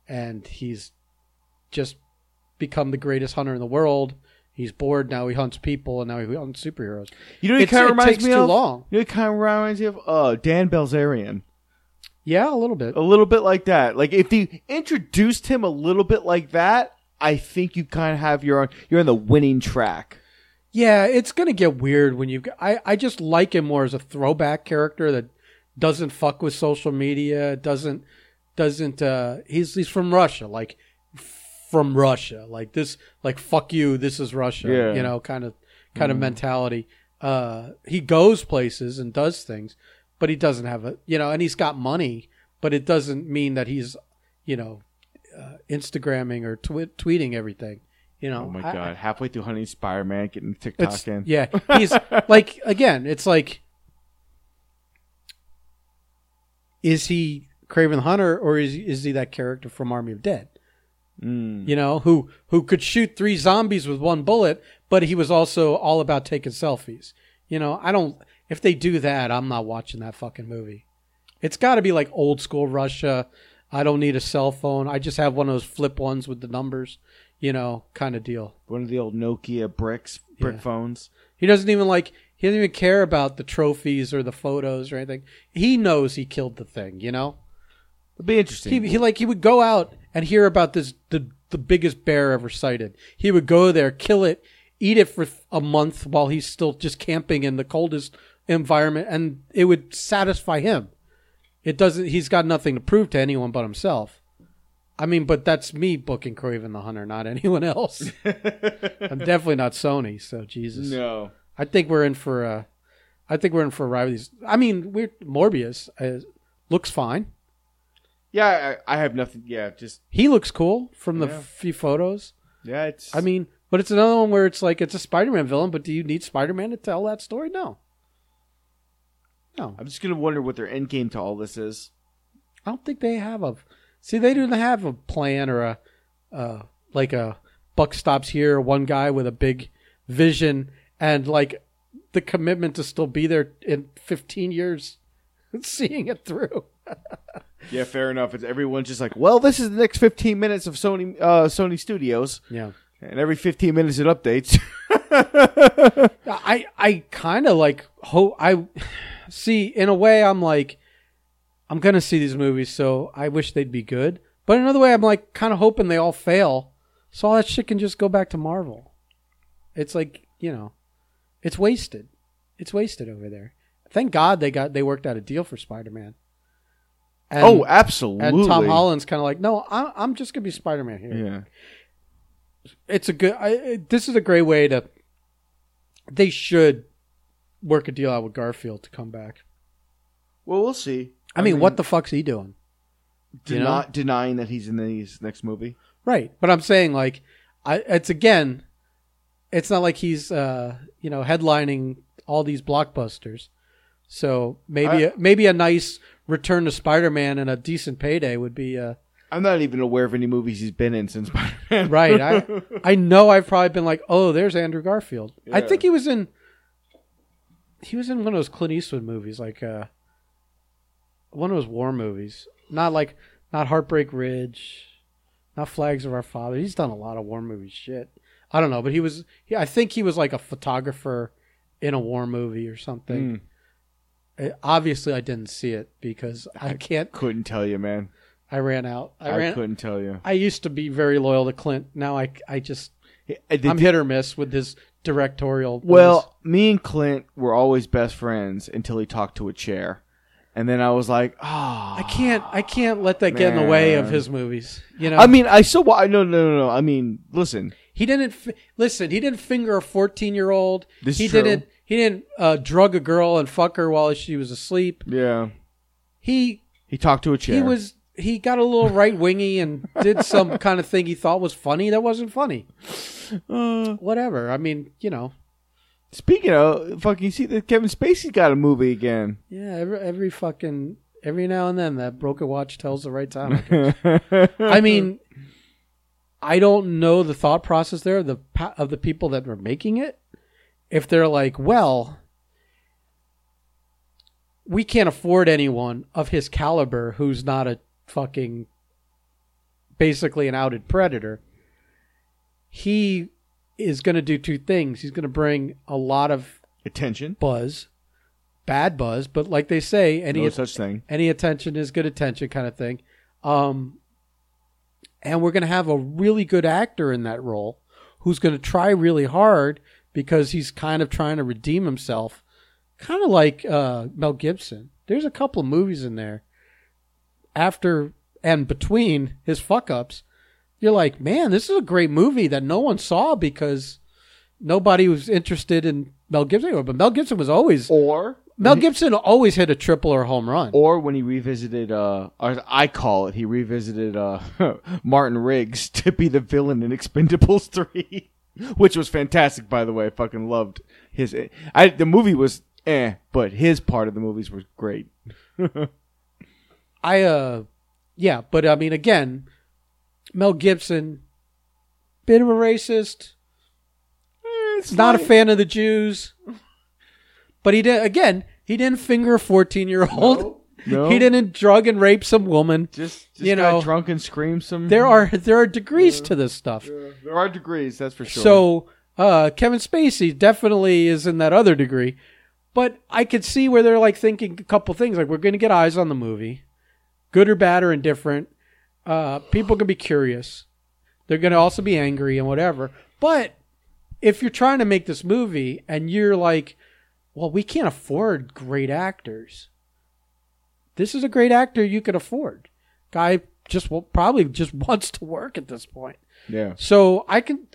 S1: and he's just become the greatest hunter in the world. He's bored now. He hunts people, and now he hunts superheroes.
S3: Mm-hmm. You know, what it
S1: It's-
S3: kind
S1: it
S3: of reminds
S1: takes
S3: me
S1: too
S3: of.
S1: long.
S3: You know, it kind of reminds me of uh, Dan Belzerian.
S1: Yeah, a little bit.
S3: a little bit like that. Like if they introduced him a little bit like that, I think you kind of have your own. You're on the winning track.
S1: Yeah, it's gonna get weird when you. I I just like him more as a throwback character that doesn't fuck with social media. Doesn't doesn't. uh He's he's from Russia, like from Russia, like this, like fuck you, this is Russia.
S3: Yeah.
S1: You know, kind of kind of mentality. Uh, he goes places and does things, but he doesn't have a you know, and he's got money, but it doesn't mean that he's you know uh, Instagramming or twi- tweeting everything. You
S3: Oh
S1: know, Oh I-
S3: halfway through hunting Spider Man, getting TikTok
S1: it's, yeah, he's like again. It's like, is he Craven the Hunter or is is he that character from Army of Dead?
S3: Hmm.
S1: You know who who could shoot three zombies with one bullet, but he was also all about taking selfies. You know, I don't. If they do that, I'm not watching that fucking movie. It's got to be like old school Russia. I don't need a cell phone. I just have one of those flip ones with the numbers, you know, kind of deal.
S3: One of the old Nokia bricks, brick
S1: Yeah.
S3: phones.
S1: He doesn't even like. He doesn't even care about the trophies or the photos or anything. He knows he killed the thing. You know,
S3: It'd be interesting.
S1: he, he like he would go out and hear about this the the biggest bear ever sighted. He would go there, kill it, eat it for a month while he's still just camping in the coldest environment, and it would satisfy him. It doesn't. He's got nothing to prove to anyone but himself. I mean, but that's me booking Craven the Hunter, not anyone else. I'm definitely not Sony. So Jesus.
S3: no.
S1: I think we're in for uh, I think we're in for a rivalries. I mean, we're Morbius uh, looks fine.
S3: Yeah, I, I have nothing. Yeah, just
S1: He looks cool from the
S3: Yeah.
S1: few photos.
S3: yeah. It's
S1: I mean, but it's another one where it's like it's a Spider-Man villain, but do you need Spider-Man to tell that story? No. No.
S3: I'm just gonna wonder what their end game to all this is.
S1: I don't think they have a See, they didn't have a plan or a uh like a buck stops here, one guy with a big vision and like the commitment to still be there in 15 years seeing it through.
S3: Yeah, fair enough. It's everyone's just like, well, this is the next 15 minutes of Sony uh, Sony Studios,
S1: Yeah.
S3: and every 15 minutes it updates.
S1: I I kind of like ho I see in a way I'm like I'm gonna see these movies, so I wish they'd be good. But another way, I'm like kind of hoping they all fail, so all that shit can just go back to Marvel. It's like you know, it's wasted. It's wasted over there. Thank God they got they worked out a deal for Spider Man.
S3: oh, absolutely.
S1: and Tom Holland's kind of like, no, I, I'm just gonna be Spider Man here
S3: Yeah,
S1: it's a good. I, it- this is a great way to. They should work a deal out with Garfield to come back.
S3: Well, we'll see.
S1: I, mean, what the fuck's he doing?
S3: do
S1: you know?
S3: not denying that he's in his next movie.
S1: Right, but I'm saying like, I it's again, it's not like he's uh you know headlining all these blockbusters. So maybe a maybe a nice return to Spider-Man and a decent payday would be uh
S3: I'm not even aware of any movies he's been in since Spider-Man.
S1: right. I I know I've probably been like, oh, there's Andrew Garfield. I
S3: Yeah.
S1: think he was in. He was in one of those Clint Eastwood movies, like uh, one of those war movies. Not like not Heartbreak Ridge, not Flags of Our Father. He's done a lot of war movie shit. I don't know, but he was. He, I think he was like a photographer in a war movie or something.
S3: Hmm.
S1: Uh, obviously, I didn't see it because I can't.
S3: couldn't tell you, man.
S1: I ran out. I,
S3: I,
S1: ran.
S3: couldn't tell you.
S1: I used to be very loyal to Clint. Now I, I just
S3: They
S1: I'm
S3: did-
S1: hit or miss with his directorial.
S3: uh, well, me and Clint were always best friends until he talked to a chair, and then I was like, ah.
S1: I can't uh, I can't let that get in the way of
S3: Man.
S1: his movies. You know,
S3: I mean, I still. wa- No, no, no, no. I mean, listen.
S1: he didn't fi- listen. He didn't finger a fourteen year old.
S3: This is
S1: He
S3: true.
S1: didn't he didn't uh, drug a girl and fuck her while she was asleep.
S3: Yeah.
S1: He
S3: He talked to a chair.
S1: he was he got a little right wingy and did some kind of thing he thought was funny that wasn't funny. uh, Whatever. I mean, you know,
S3: Speaking of, fucking, you see that Kevin Spacey got a movie again.
S1: yeah. Every, every fucking every now and then that broken watch tells the right time. I guess.
S3: I
S1: Oh I mean, I don't know the thought process there of the pa- of the people that are making it. If they're like, well, we can't afford anyone of his caliber who's not a fucking basically an outed predator. He is going to do two things. He's going to bring a lot of
S3: Attention.
S1: buzz, bad buzz, but like they say, any
S3: no such thing.
S1: any attention is good attention kind of thing um and we're going to have a really good actor in that role who's going to try really hard because he's kind of trying to redeem himself kind of like uh Mel Gibson there's a couple of movies in there after and between his fuck ups you're like man this is a great movie that no one saw because nobody was interested in Mel Gibson anymore. but Mel Gibson was always
S3: Or
S1: Mel Gibson always hit a triple or a home run
S3: or when he revisited, uh, or I call it, he revisited uh, Martin Riggs to be the villain in Expendables Three, which was fantastic, by the way. I fucking loved his. I the movie was eh, but his part of the movies was great.
S1: I uh yeah, but I mean again, Mel Gibson bit of a racist,
S3: Eh, It's
S1: not a fan of the Jews. But he did again, he didn't finger a 14-year-old.
S3: No.
S1: He didn't drug and rape some woman.
S3: Just, just
S1: You
S3: got
S1: know,
S3: drunk and screamed some.
S1: There are there are degrees to this stuff.
S3: Mm-hmm. Yeah, there are degrees, that's for sure.
S1: So uh, Kevin Spacey definitely is in that other degree, but I could see where they're like thinking a couple things like we're going to get eyes on the movie, good or bad or indifferent. Uh, people can be curious. They're going to also be angry and whatever. But if you're trying to make this movie and you're like, well, we can't afford great actors. This is a great actor you could afford. Guy just will, probably just wants to work at this point.
S3: yeah,
S1: So I can.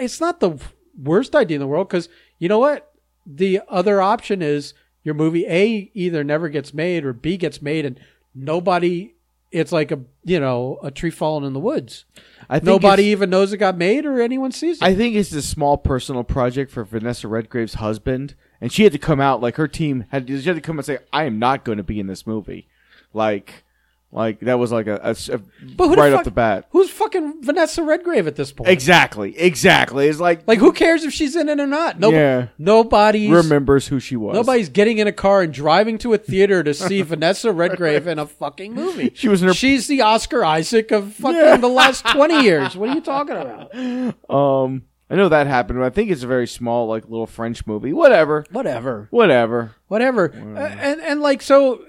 S1: It's not the worst idea in the world because you know what? The other option is your movie A either never gets made or B gets made and nobody. It's like a you know a tree falling in the woods.
S3: I think
S1: Nobody
S3: it's-
S1: even knows it got made or anyone sees it.
S3: I think it's a small personal project for Vanessa Redgrave's husband, and she had to come out like her team had. She had to come and say, "I am not going to be in this movie." Like, like that was like a, a s- a-
S1: but who
S3: right
S1: the fuck,
S3: off the bat.
S1: who's fucking Vanessa Redgrave at this point?
S3: Exactly, exactly. It's like,
S1: Like who cares if she's in it or not? Nobody.
S3: Yeah.
S1: Nobody's.
S3: remembers who she was.
S1: Nobody's getting in a car and driving to a theater to see Vanessa Redgrave in a fucking movie.
S3: She was in her-
S1: She's the Oscar Isaac of fucking the last twenty years. What are you talking about?
S3: Um, I know that happened, but I think it's a very small, like little French movie. Whatever,
S1: Whatever,
S3: whatever.
S1: whatever, Uh, and and like so,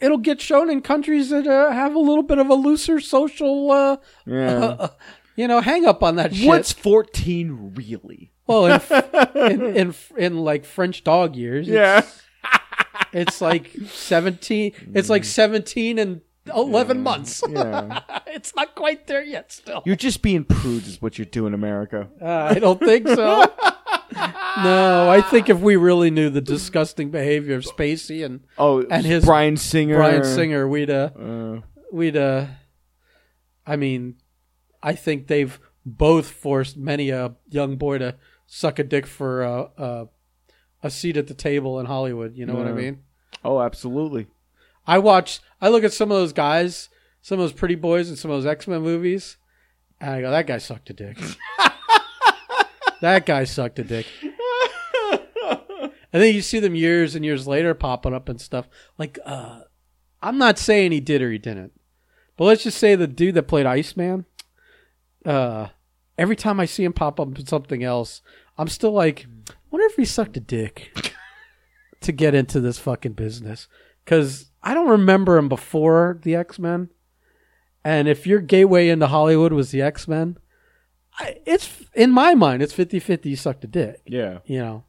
S1: it'll get shown in countries that uh, have a little bit of a looser social, uh,
S3: Yeah.
S1: you know, hang up on that shit.
S3: What's fourteen really?
S1: well in, f- in, in in like French dog years? it's-
S3: Yeah.
S1: it's like seventeen. It's like seventeen and eleven months.
S3: Mm. Yeah.
S1: it's not quite there yet. Still.
S3: You're just being prudes, is what you do in America.
S1: Uh, I don't think so. no, I think if we really knew the disgusting behavior of Spacey and
S3: Oh,
S1: And his-
S3: Brian Singer.
S1: Brian Singer, we'd uh,
S3: Uh,
S1: we'd uh, I mean, I think they've both forced many a young boy to suck a dick for uh, uh, a seat at the table in Hollywood. You know what I
S3: Yeah.
S1: mean?
S3: oh, absolutely.
S1: I watch. I look at some of those guys, some of those pretty boys, and some of those X Men movies, and I go, "That guy sucked a dick. that guy sucked a dick." and then you see them years and years later popping up and stuff. Like, uh, I'm not saying he did or he didn't, but let's just say the dude that played Iceman. Uh, every time I see him pop up in something else, I'm still like, I wonder if he sucked a dick to get into this fucking business because I don't remember him before the X Men. And if your gateway into Hollywood was the X Men, it's in my mind, it's 50 50 you sucked a dick.
S3: Yeah.
S1: You know,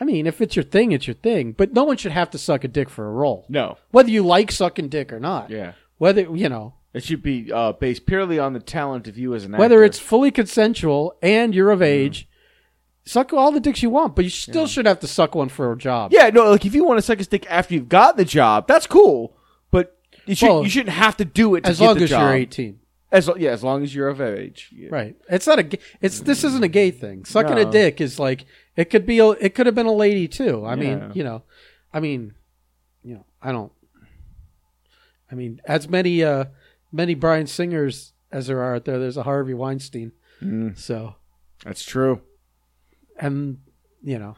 S1: I mean, if it's your thing, it's your thing, but no one should have to suck a dick for a role,
S3: No.
S1: whether you like sucking dick or not.
S3: Yeah.
S1: Whether, you know,
S3: It should be uh, based purely on the talent of you as an actor. Mm-hmm.
S1: whether it's fully consensual and you're of age, suck all the dicks you want, but you still should have to suck one for a job.
S3: yeah, no, like if you want to suck a stick after you've got the job, that's cool. But you should
S1: Well,
S3: you shouldn't have to do it to
S1: As
S3: get
S1: long
S3: the
S1: as
S3: job.
S1: you're 18.
S3: As lo- yeah, as long as you're of age. Yeah.
S1: Right. It's not a. ga- It's this isn't a gay thing. Sucking a
S3: No.
S1: dick is like it could be. A, it could have been a lady too. I mean,
S3: Yeah.
S1: you know, I mean, you know, I don't. I mean, as many uh many Brian singers as there are out there, there's a Harvey Weinstein.
S3: Mm,
S1: So
S3: that's true.
S1: and you know,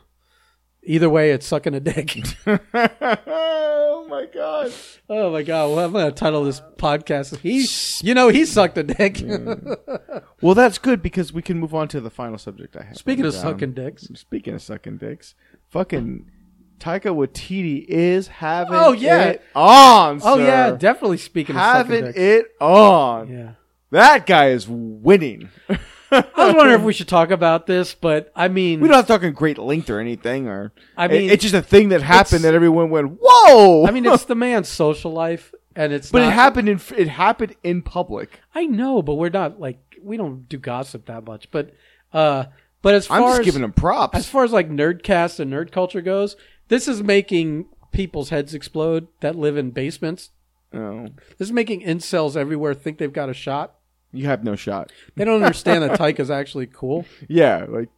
S1: either way, it's sucking a dick.
S3: oh my god.
S1: oh my god! Well, I'm gonna title this
S3: Uh,
S1: podcast. He, you know, he sucked a dick.
S3: Well, that's good because we can move on to the final subject I have.
S1: Speaking of
S3: Um,
S1: sucking dicks.
S3: Speaking of sucking dicks, fucking Taika Waititi is having
S1: Oh, yeah.
S3: it on.
S1: Oh
S3: sir.
S1: yeah, definitely. Speaking of sucking
S3: having
S1: dicks.
S3: it on.
S1: yeah.
S3: That guy is winning.
S1: I was wondering if we should talk about this, but I mean,
S3: we don't have to talk in great length or anything, or
S1: I
S3: it-
S1: mean,
S3: it's just a thing that
S1: it's-
S3: happened that everyone went, "Whoa!"
S1: I mean, it's the man's social life, and it's
S3: but
S1: not,
S3: it happened in it happened in public.
S1: I know, but we're not like we don't do gossip that much, but uh, but as far
S3: I'm just
S1: as
S3: giving him props.
S1: as far as like nerdcast and nerd culture goes, this is making people's heads explode that live in basements.
S3: oh,
S1: This is making incels everywhere think they've got a shot.
S3: you have no shot.
S1: They don't understand that Tyka's actually cool.
S3: Yeah, like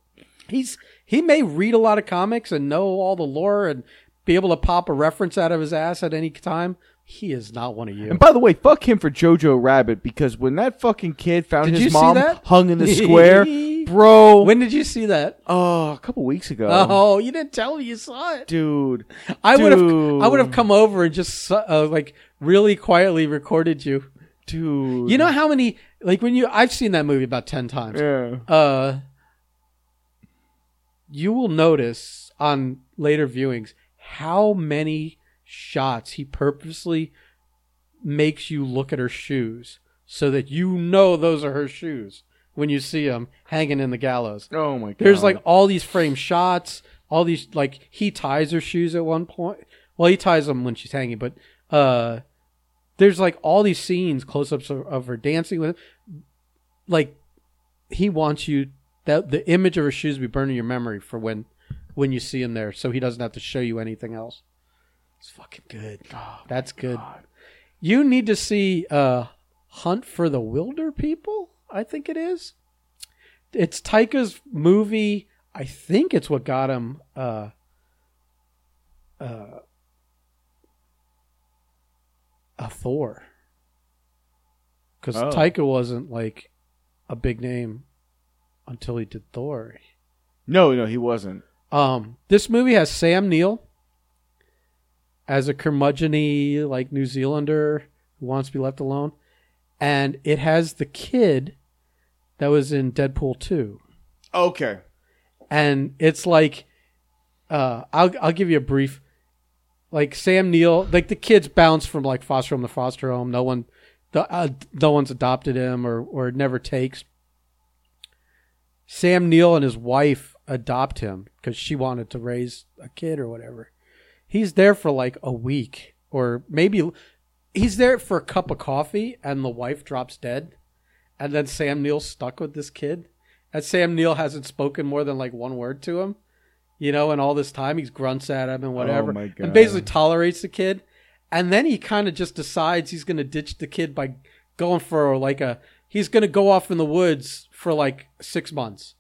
S1: he's he may read a lot of comics and know all the lore and be able to pop a reference out of his ass at any time. He is not one of you.
S3: And by the way, fuck him for Jojo Rabbit because when that fucking kid found
S1: Did you
S3: his
S1: see
S3: mom
S1: that?
S3: hung in the square,
S1: movie?
S3: bro.
S1: When did you see that?
S3: oh, a couple weeks ago,
S1: Oh, you didn't tell me you saw it.
S3: dude.
S1: I would have.
S3: dude.
S1: I would have come over and just su- uh, like really quietly recorded you.
S3: dude.
S1: You know how many like when you I've seen that movie about ten times.
S3: yeah,
S1: Uh, you will notice on later viewings how many shots he purposely makes you look at her shoes so that you know those are her shoes when you see them hanging in the gallows.
S3: oh my god,
S1: There's like all these frame shots, all these like he ties her shoes at one point. Well, he ties them when she's hanging, but uh there's like all these scenes, close-ups of, of her dancing with like he wants you that the image of her shoes be burned in your memory for when when you see him there, so he doesn't have to show you anything else. It's fucking good. That's good. You need to see uh Hunt for the Wilder People, I think it is it's Taika's movie. I think it's what got him. Uh, uh, a Thor, because
S3: Oh.
S1: Taika wasn't like a big name until he did Thor.
S3: no, no, he wasn't.
S1: Um, this movie has Sam Neill as a curmudgeony like New Zealander who wants to be left alone, and it has the kid that was in Deadpool two.
S3: Okay,
S1: and it's like uh I'll I'll give you a brief like Sam Neill like the kids bounce from like foster home to foster home no one the, uh, no one's adopted him or or never takes Sam Neill and his wife adopt him cuz she wanted to raise a kid or whatever he's there for like a week or maybe he's there for a cup of coffee and the wife drops dead and then Sam Neill's stuck with this kid and Sam Neill hasn't spoken more than like one word to him, you know, and all this time he's grunts at him and whatever,
S3: Oh my God.
S1: and basically tolerates the kid, and then he kind of just decides he's going to ditch the kid by going for like a he's going to go off in the woods for like six months,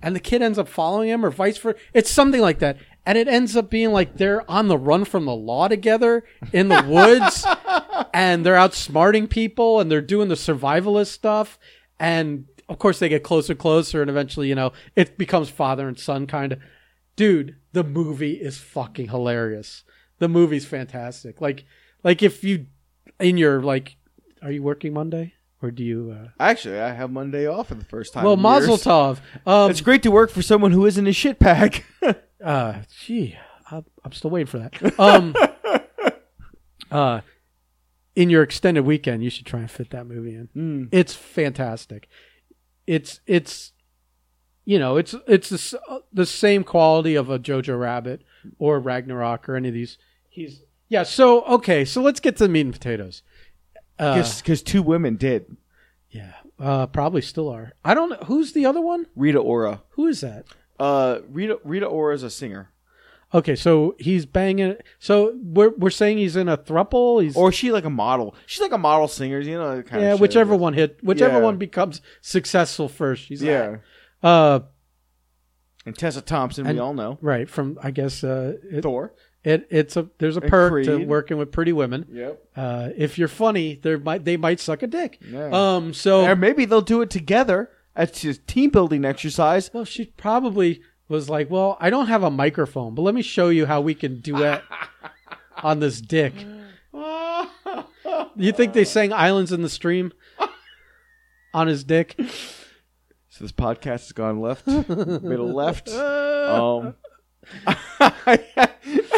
S1: and the kid ends up following him or vice versa. It's something like that. And it ends up being like they're on the run from the law together in the woods and they're outsmarting people and they're doing the survivalist stuff and of course they get closer closer and eventually you know it becomes father and son kind of dude the movie is fucking hilarious the movie's fantastic like like if you in your like are you working monday or do you uh
S3: actually, I have Monday off for the first time.
S1: well
S3: in
S1: mazel
S3: years.
S1: tov um
S3: It's great to work for someone who isn't a shit pack.
S1: uh gee i'm, I'm still waiting for that um uh in your extended weekend you should try and fit that movie in it's fantastic it's it's you know it's it's the, s- uh, the same quality of a jojo rabbit or ragnarok or any of these he's yeah so okay so let's get to the meat and potatoes uh,
S3: Because two women did.
S1: yeah uh probably still are i don't know who's the other one
S3: Rita Ora.
S1: who is that
S3: Uh, Rita Rita Ora is a singer,
S1: okay so he's banging so we're we're saying he's in a thruple he's
S3: or is she like a model. She's like a model singer. You know, that kind
S1: yeah
S3: of shit.
S1: whichever one hit whichever
S3: Yeah.
S1: one becomes successful first she's
S3: Yeah,
S1: uh
S3: and Tessa Thompson,
S1: And-
S3: we all know.
S1: right from i guess uh it,
S3: Thor.
S1: it it's a there's a
S3: And
S1: perk to
S3: Creed.
S1: working with pretty women
S3: Yep.
S1: uh, if you're funny, they might they might suck a dick.
S3: Yeah.
S1: Um, so
S3: Or maybe they'll do it together. It's just team building exercise.
S1: well, she probably was like, "Well, I don't have a microphone, but let me show you how we can duet on this dick." You think they sang "Islands in the Stream" on his dick?
S3: So this podcast has gone left, middle left. Um,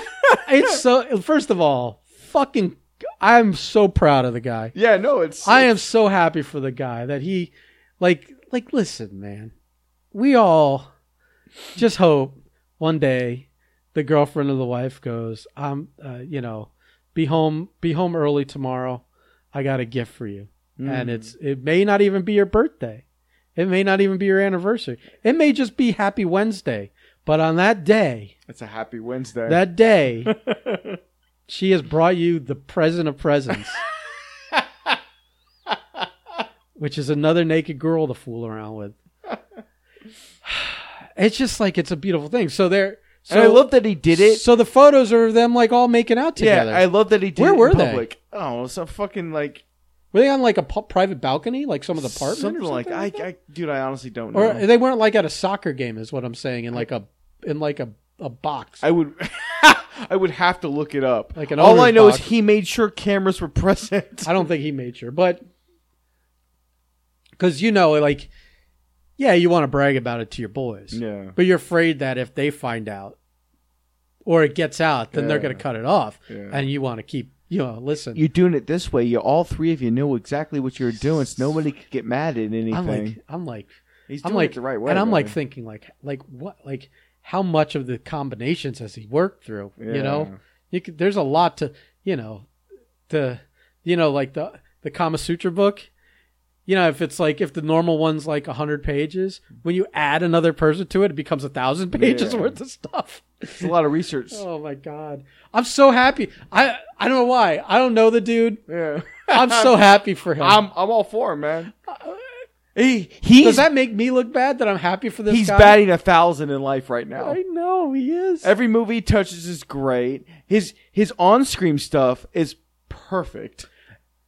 S1: It's so. First of all, fucking, I'm so proud of the guy.
S3: yeah, no, it's
S1: I am so happy for the guy that he, like, like. Listen, man, we all just hope one day the girlfriend or the wife goes, "I'm, uh, you know, be home, be home early tomorrow. I got a gift for you,
S3: Mm.
S1: and it's it may not even be your birthday, it may not even be your anniversary, it may just be Happy Wednesday, but on that day,
S3: it's a happy Wednesday.
S1: that day." She has brought you the present of presents, which is another naked girl to fool around with. It's just like it's a beautiful thing. So there, so
S3: and I love that he did it.
S1: So the photos are of them like all making out
S3: yeah,
S1: together.
S3: I love that he did
S1: Where
S3: it
S1: were
S3: in
S1: they?
S3: public. Oh, it's a fucking like
S1: Were they on like a pu- private balcony, like someone's apartment,
S3: something,
S1: or
S3: like,
S1: something like
S3: I, I, dude, I honestly don't
S1: that?
S3: know.
S1: or they weren't like at a soccer game, is what I'm saying, in like a in like a a box.
S3: I would, I would have to look it up.
S1: Like an
S3: all
S1: owner's
S3: I know
S1: box.
S3: is he made sure cameras were present.
S1: I don't think he made sure, but because you know, like, yeah, you want to brag about it to your boys,
S3: Yeah.
S1: but you're afraid that if they find out or it gets out, then they're
S3: Yeah.
S1: going to cut it off,
S3: Yeah.
S1: and you want to keep, you know, listen.
S3: You're doing it this way. You all three of you know exactly what you're doing, so nobody could get mad at anything.
S1: I'm like, I'm like,
S3: He's
S1: I'm
S3: doing
S1: like,
S3: it the right way,
S1: and I'm like
S3: brother.
S1: thinking, like, like what, like how much of the combinations has he worked through? You
S3: Yeah.
S1: know, you could, there's a lot to, you know, the, you know, like the the Kama Sutra book. You know, if it's like if the normal one's like hundred pages, when you add another person to it, it becomes a thousand pages
S3: Yeah.
S1: worth of stuff.
S3: it's a lot of research.
S1: Oh my god, I'm so happy. I I don't know why. I don't know the dude.
S3: Yeah,
S1: I'm so happy for him.
S3: I'm I'm all for him, man.
S1: Uh,
S3: He
S1: Does
S3: he's
S1: that make me look bad that I'm happy for this
S3: he's
S1: guy?
S3: batting a thousand in life right now.
S1: I know he is.
S3: Every movie he touches is great. His his on screen stuff is perfect.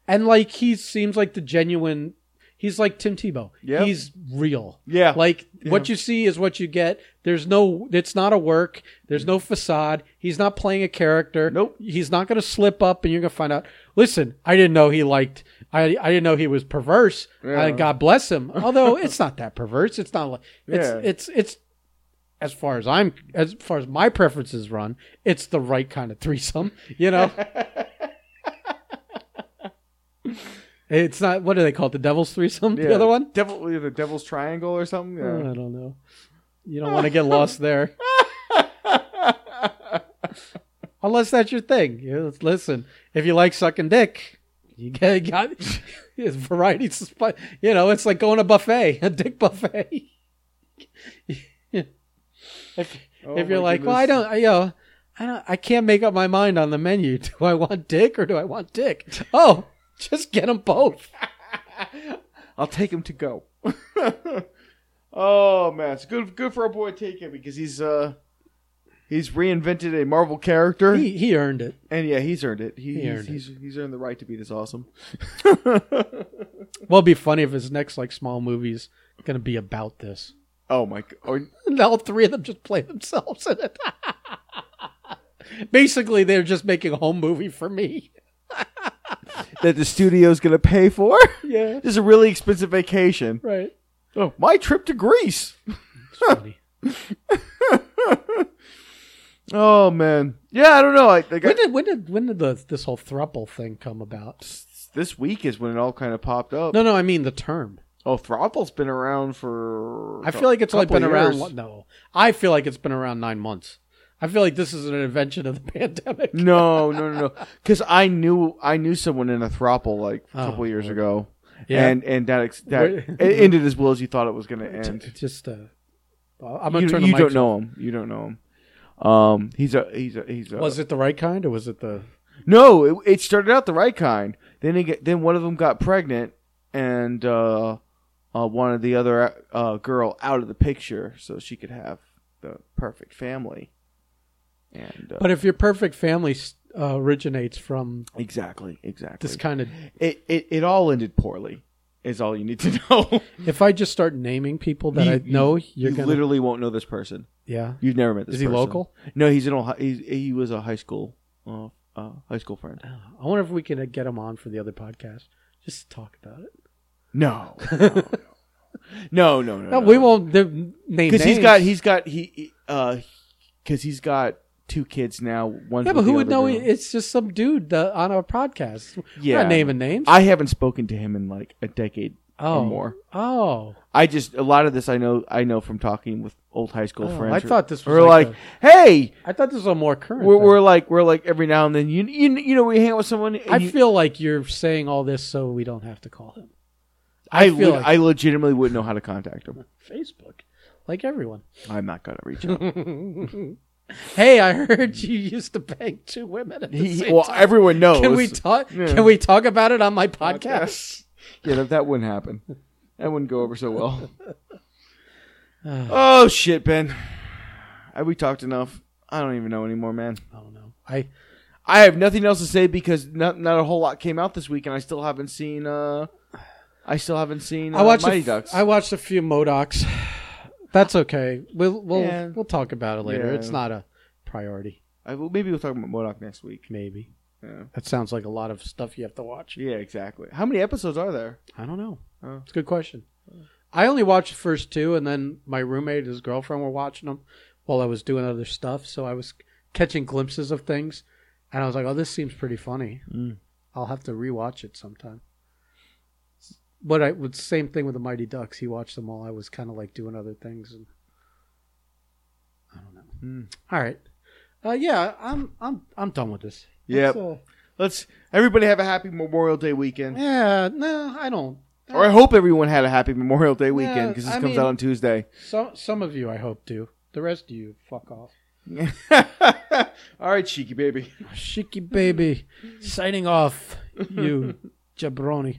S1: And like he seems like the genuine. He's like Tim Tebow.
S3: Yep.
S1: He's real.
S3: Yeah.
S1: Like what you see is what you get. There's no. It's not a work. There's no facade. He's not playing a character.
S3: Nope.
S1: He's not going to slip up, and you're going to find out. Listen, I didn't know he liked. I I didn't know he was perverse.
S3: Yeah.
S1: And God bless him. Although it's not that perverse. It's not like it's
S3: Yeah.
S1: it's it's. As far as I'm, as far as my preferences run, it's the right kind of threesome. You know. It's not what do they call it? The Devil's threesome? The
S3: Yeah.
S1: other one?
S3: Devil the Devil's Triangle or something.
S1: Oh,
S3: Yeah.
S1: I don't know. You don't want to get lost there. Unless that's your thing. You know, listen, if you like sucking dick, you get got it's variety. sp- You know, it's like going to a buffet, a dick buffet. if
S3: Oh,
S1: if you're
S3: my
S1: like, well, I
S3: goodness.
S1: don't, I, you know, I don't, I can't make up my mind on the menu. Do I want dick or do I want dick? Oh, just get them both.
S3: I'll take him to go. oh man, it's good good for our boy Take It because he's uh he's reinvented a Marvel character
S1: He he earned it.
S3: and yeah, he's earned it. He,
S1: He
S3: he's,
S1: earned it.
S3: he's he's earned the right to be this awesome.
S1: Well, it'd be funny if his next like small movie's gonna be about this.
S3: oh my god. Or-
S1: And all three of them just play themselves in it. Basically, they're just making a home movie for me.
S3: that the studio's going to pay for.
S1: Yeah,
S3: this is a really expensive vacation.
S1: right.
S3: Oh, my trip to Greece.
S1: It's funny.
S3: Oh man. Yeah, I don't know. I, I
S1: When
S3: got,
S1: did when did when did the, this whole thruple thing come about?
S3: this week is when it all kind of popped up.
S1: No, no, I mean the term.
S3: Oh, Throttle's been around for
S1: I feel like it's only
S3: couple
S1: been around.
S3: years.
S1: what- No, I feel like it's been around nine months. I feel like this is an invention of the pandemic.
S3: No, no, no, no. Because I knew I knew someone in a throuple like a
S1: Oh,
S3: couple years
S1: Lord.
S3: ago,
S1: Yeah.
S3: and and that ex- that
S1: Wait.
S3: it ended as well as you thought it was going to
S1: It's
S3: end.
S1: just uh, I'm gonna
S3: you
S1: turn.
S3: you
S1: the
S3: don't
S1: mics
S3: know him. You don't know him. Um, he's a he's a he's a.
S1: off. Was it the right kind or was it the?
S3: No, it, it started out the right kind. Then he get, then one of them got pregnant and uh, uh, wanted the other uh, girl out of the picture so she could have the perfect family. And uh,
S1: But if your perfect family uh, originates from
S3: exactly, exactly.
S1: this kind of,
S3: it, it it all ended poorly. Is all you need to know.
S1: if I just start naming people that
S3: You-
S1: I know,
S3: you
S1: you're gonna,
S3: literally won't know this person.
S1: yeah.
S3: You've never met this.
S1: Is he
S3: person.
S1: local?
S3: No, he's an old. hi- He's, he was a high school, uh, uh, high school friend.
S1: I wonder if we can uh, get him on for the other podcast. Just to talk about it.
S3: No, no, no, no, no, no,
S1: No,
S3: no.
S1: we won't the, name names.
S3: because he's got he's got he he, uh because he's got two kids now. One
S1: yeah, but
S3: with
S1: who
S3: the
S1: would
S3: other
S1: know?
S3: girl.
S1: It's just some dude uh, on our podcast. We're
S3: Yeah.
S1: not naming names.
S3: I haven't spoken to him in like a decade
S1: Oh.
S3: or more.
S1: oh,
S3: I just a lot of this I know I know from talking with old high school
S1: Oh,
S3: friends.
S1: I thought this was
S3: we're
S1: like
S3: like, hey,
S1: I thought this was a more current.
S3: we're,
S1: thing.
S3: we're like we're like every now and then you you you know we hang out with someone. And
S1: I
S3: you-
S1: feel like you're saying all this so we don't have to call him
S3: I
S1: feel
S3: le-
S1: like-
S3: I legitimately wouldn't know how to contact him.
S1: Facebook, like everyone.
S3: I'm not gonna reach out.
S1: hey, I heard you used to bang two women at the
S3: He- he-
S1: same
S3: well,
S1: time.
S3: everyone knows.
S1: Can we talk?
S3: Yeah.
S1: Can we talk about it on my podcast?
S3: Yeah, that, that wouldn't happen. That wouldn't go over so well. oh shit, Ben. Have we talked enough? I don't even know anymore, man.
S1: I don't know. I
S3: I have nothing else to say because not not a whole lot came out this week, and I still haven't seen. Uh, I still haven't seen. Uh,
S1: I watched
S3: Mighty
S1: a f-
S3: Ducks.
S1: I watched a few Modocs. That's okay. We'll we'll
S3: Yeah.
S1: we'll talk about it later.
S3: Yeah.
S1: It's not a priority.
S3: I- well, maybe we'll talk about Modoc next week.
S1: Maybe
S3: Yeah.
S1: that sounds like a lot of stuff you have to watch.
S3: yeah, exactly. How many episodes are there?
S1: I don't know.
S3: Oh.
S1: It's a good question. I only watched the first two, and then my roommate and his girlfriend were watching them while I was doing other stuff. So I was catching glimpses of things, and I was like, "Oh, this seems pretty funny.
S3: Mm.
S1: I'll have to rewatch it sometime." But I would same thing with the Mighty Ducks. He watched them while I was kind of like doing other things, and I don't know.
S3: Mm.
S1: All right, uh, yeah, I'm I'm I'm done with this. Let's,
S3: Yep.
S1: uh,
S3: Let's everybody have a happy Memorial Day weekend.
S1: yeah, no, I don't.
S3: Or I hope everyone had a happy Memorial Day weekend because this
S1: I
S3: comes
S1: mean-
S3: out on Tuesday.
S1: Some some of you, I hope, do. The rest of you, fuck off.
S3: All right, cheeky baby.
S1: Shiki baby, signing off. You jabroni.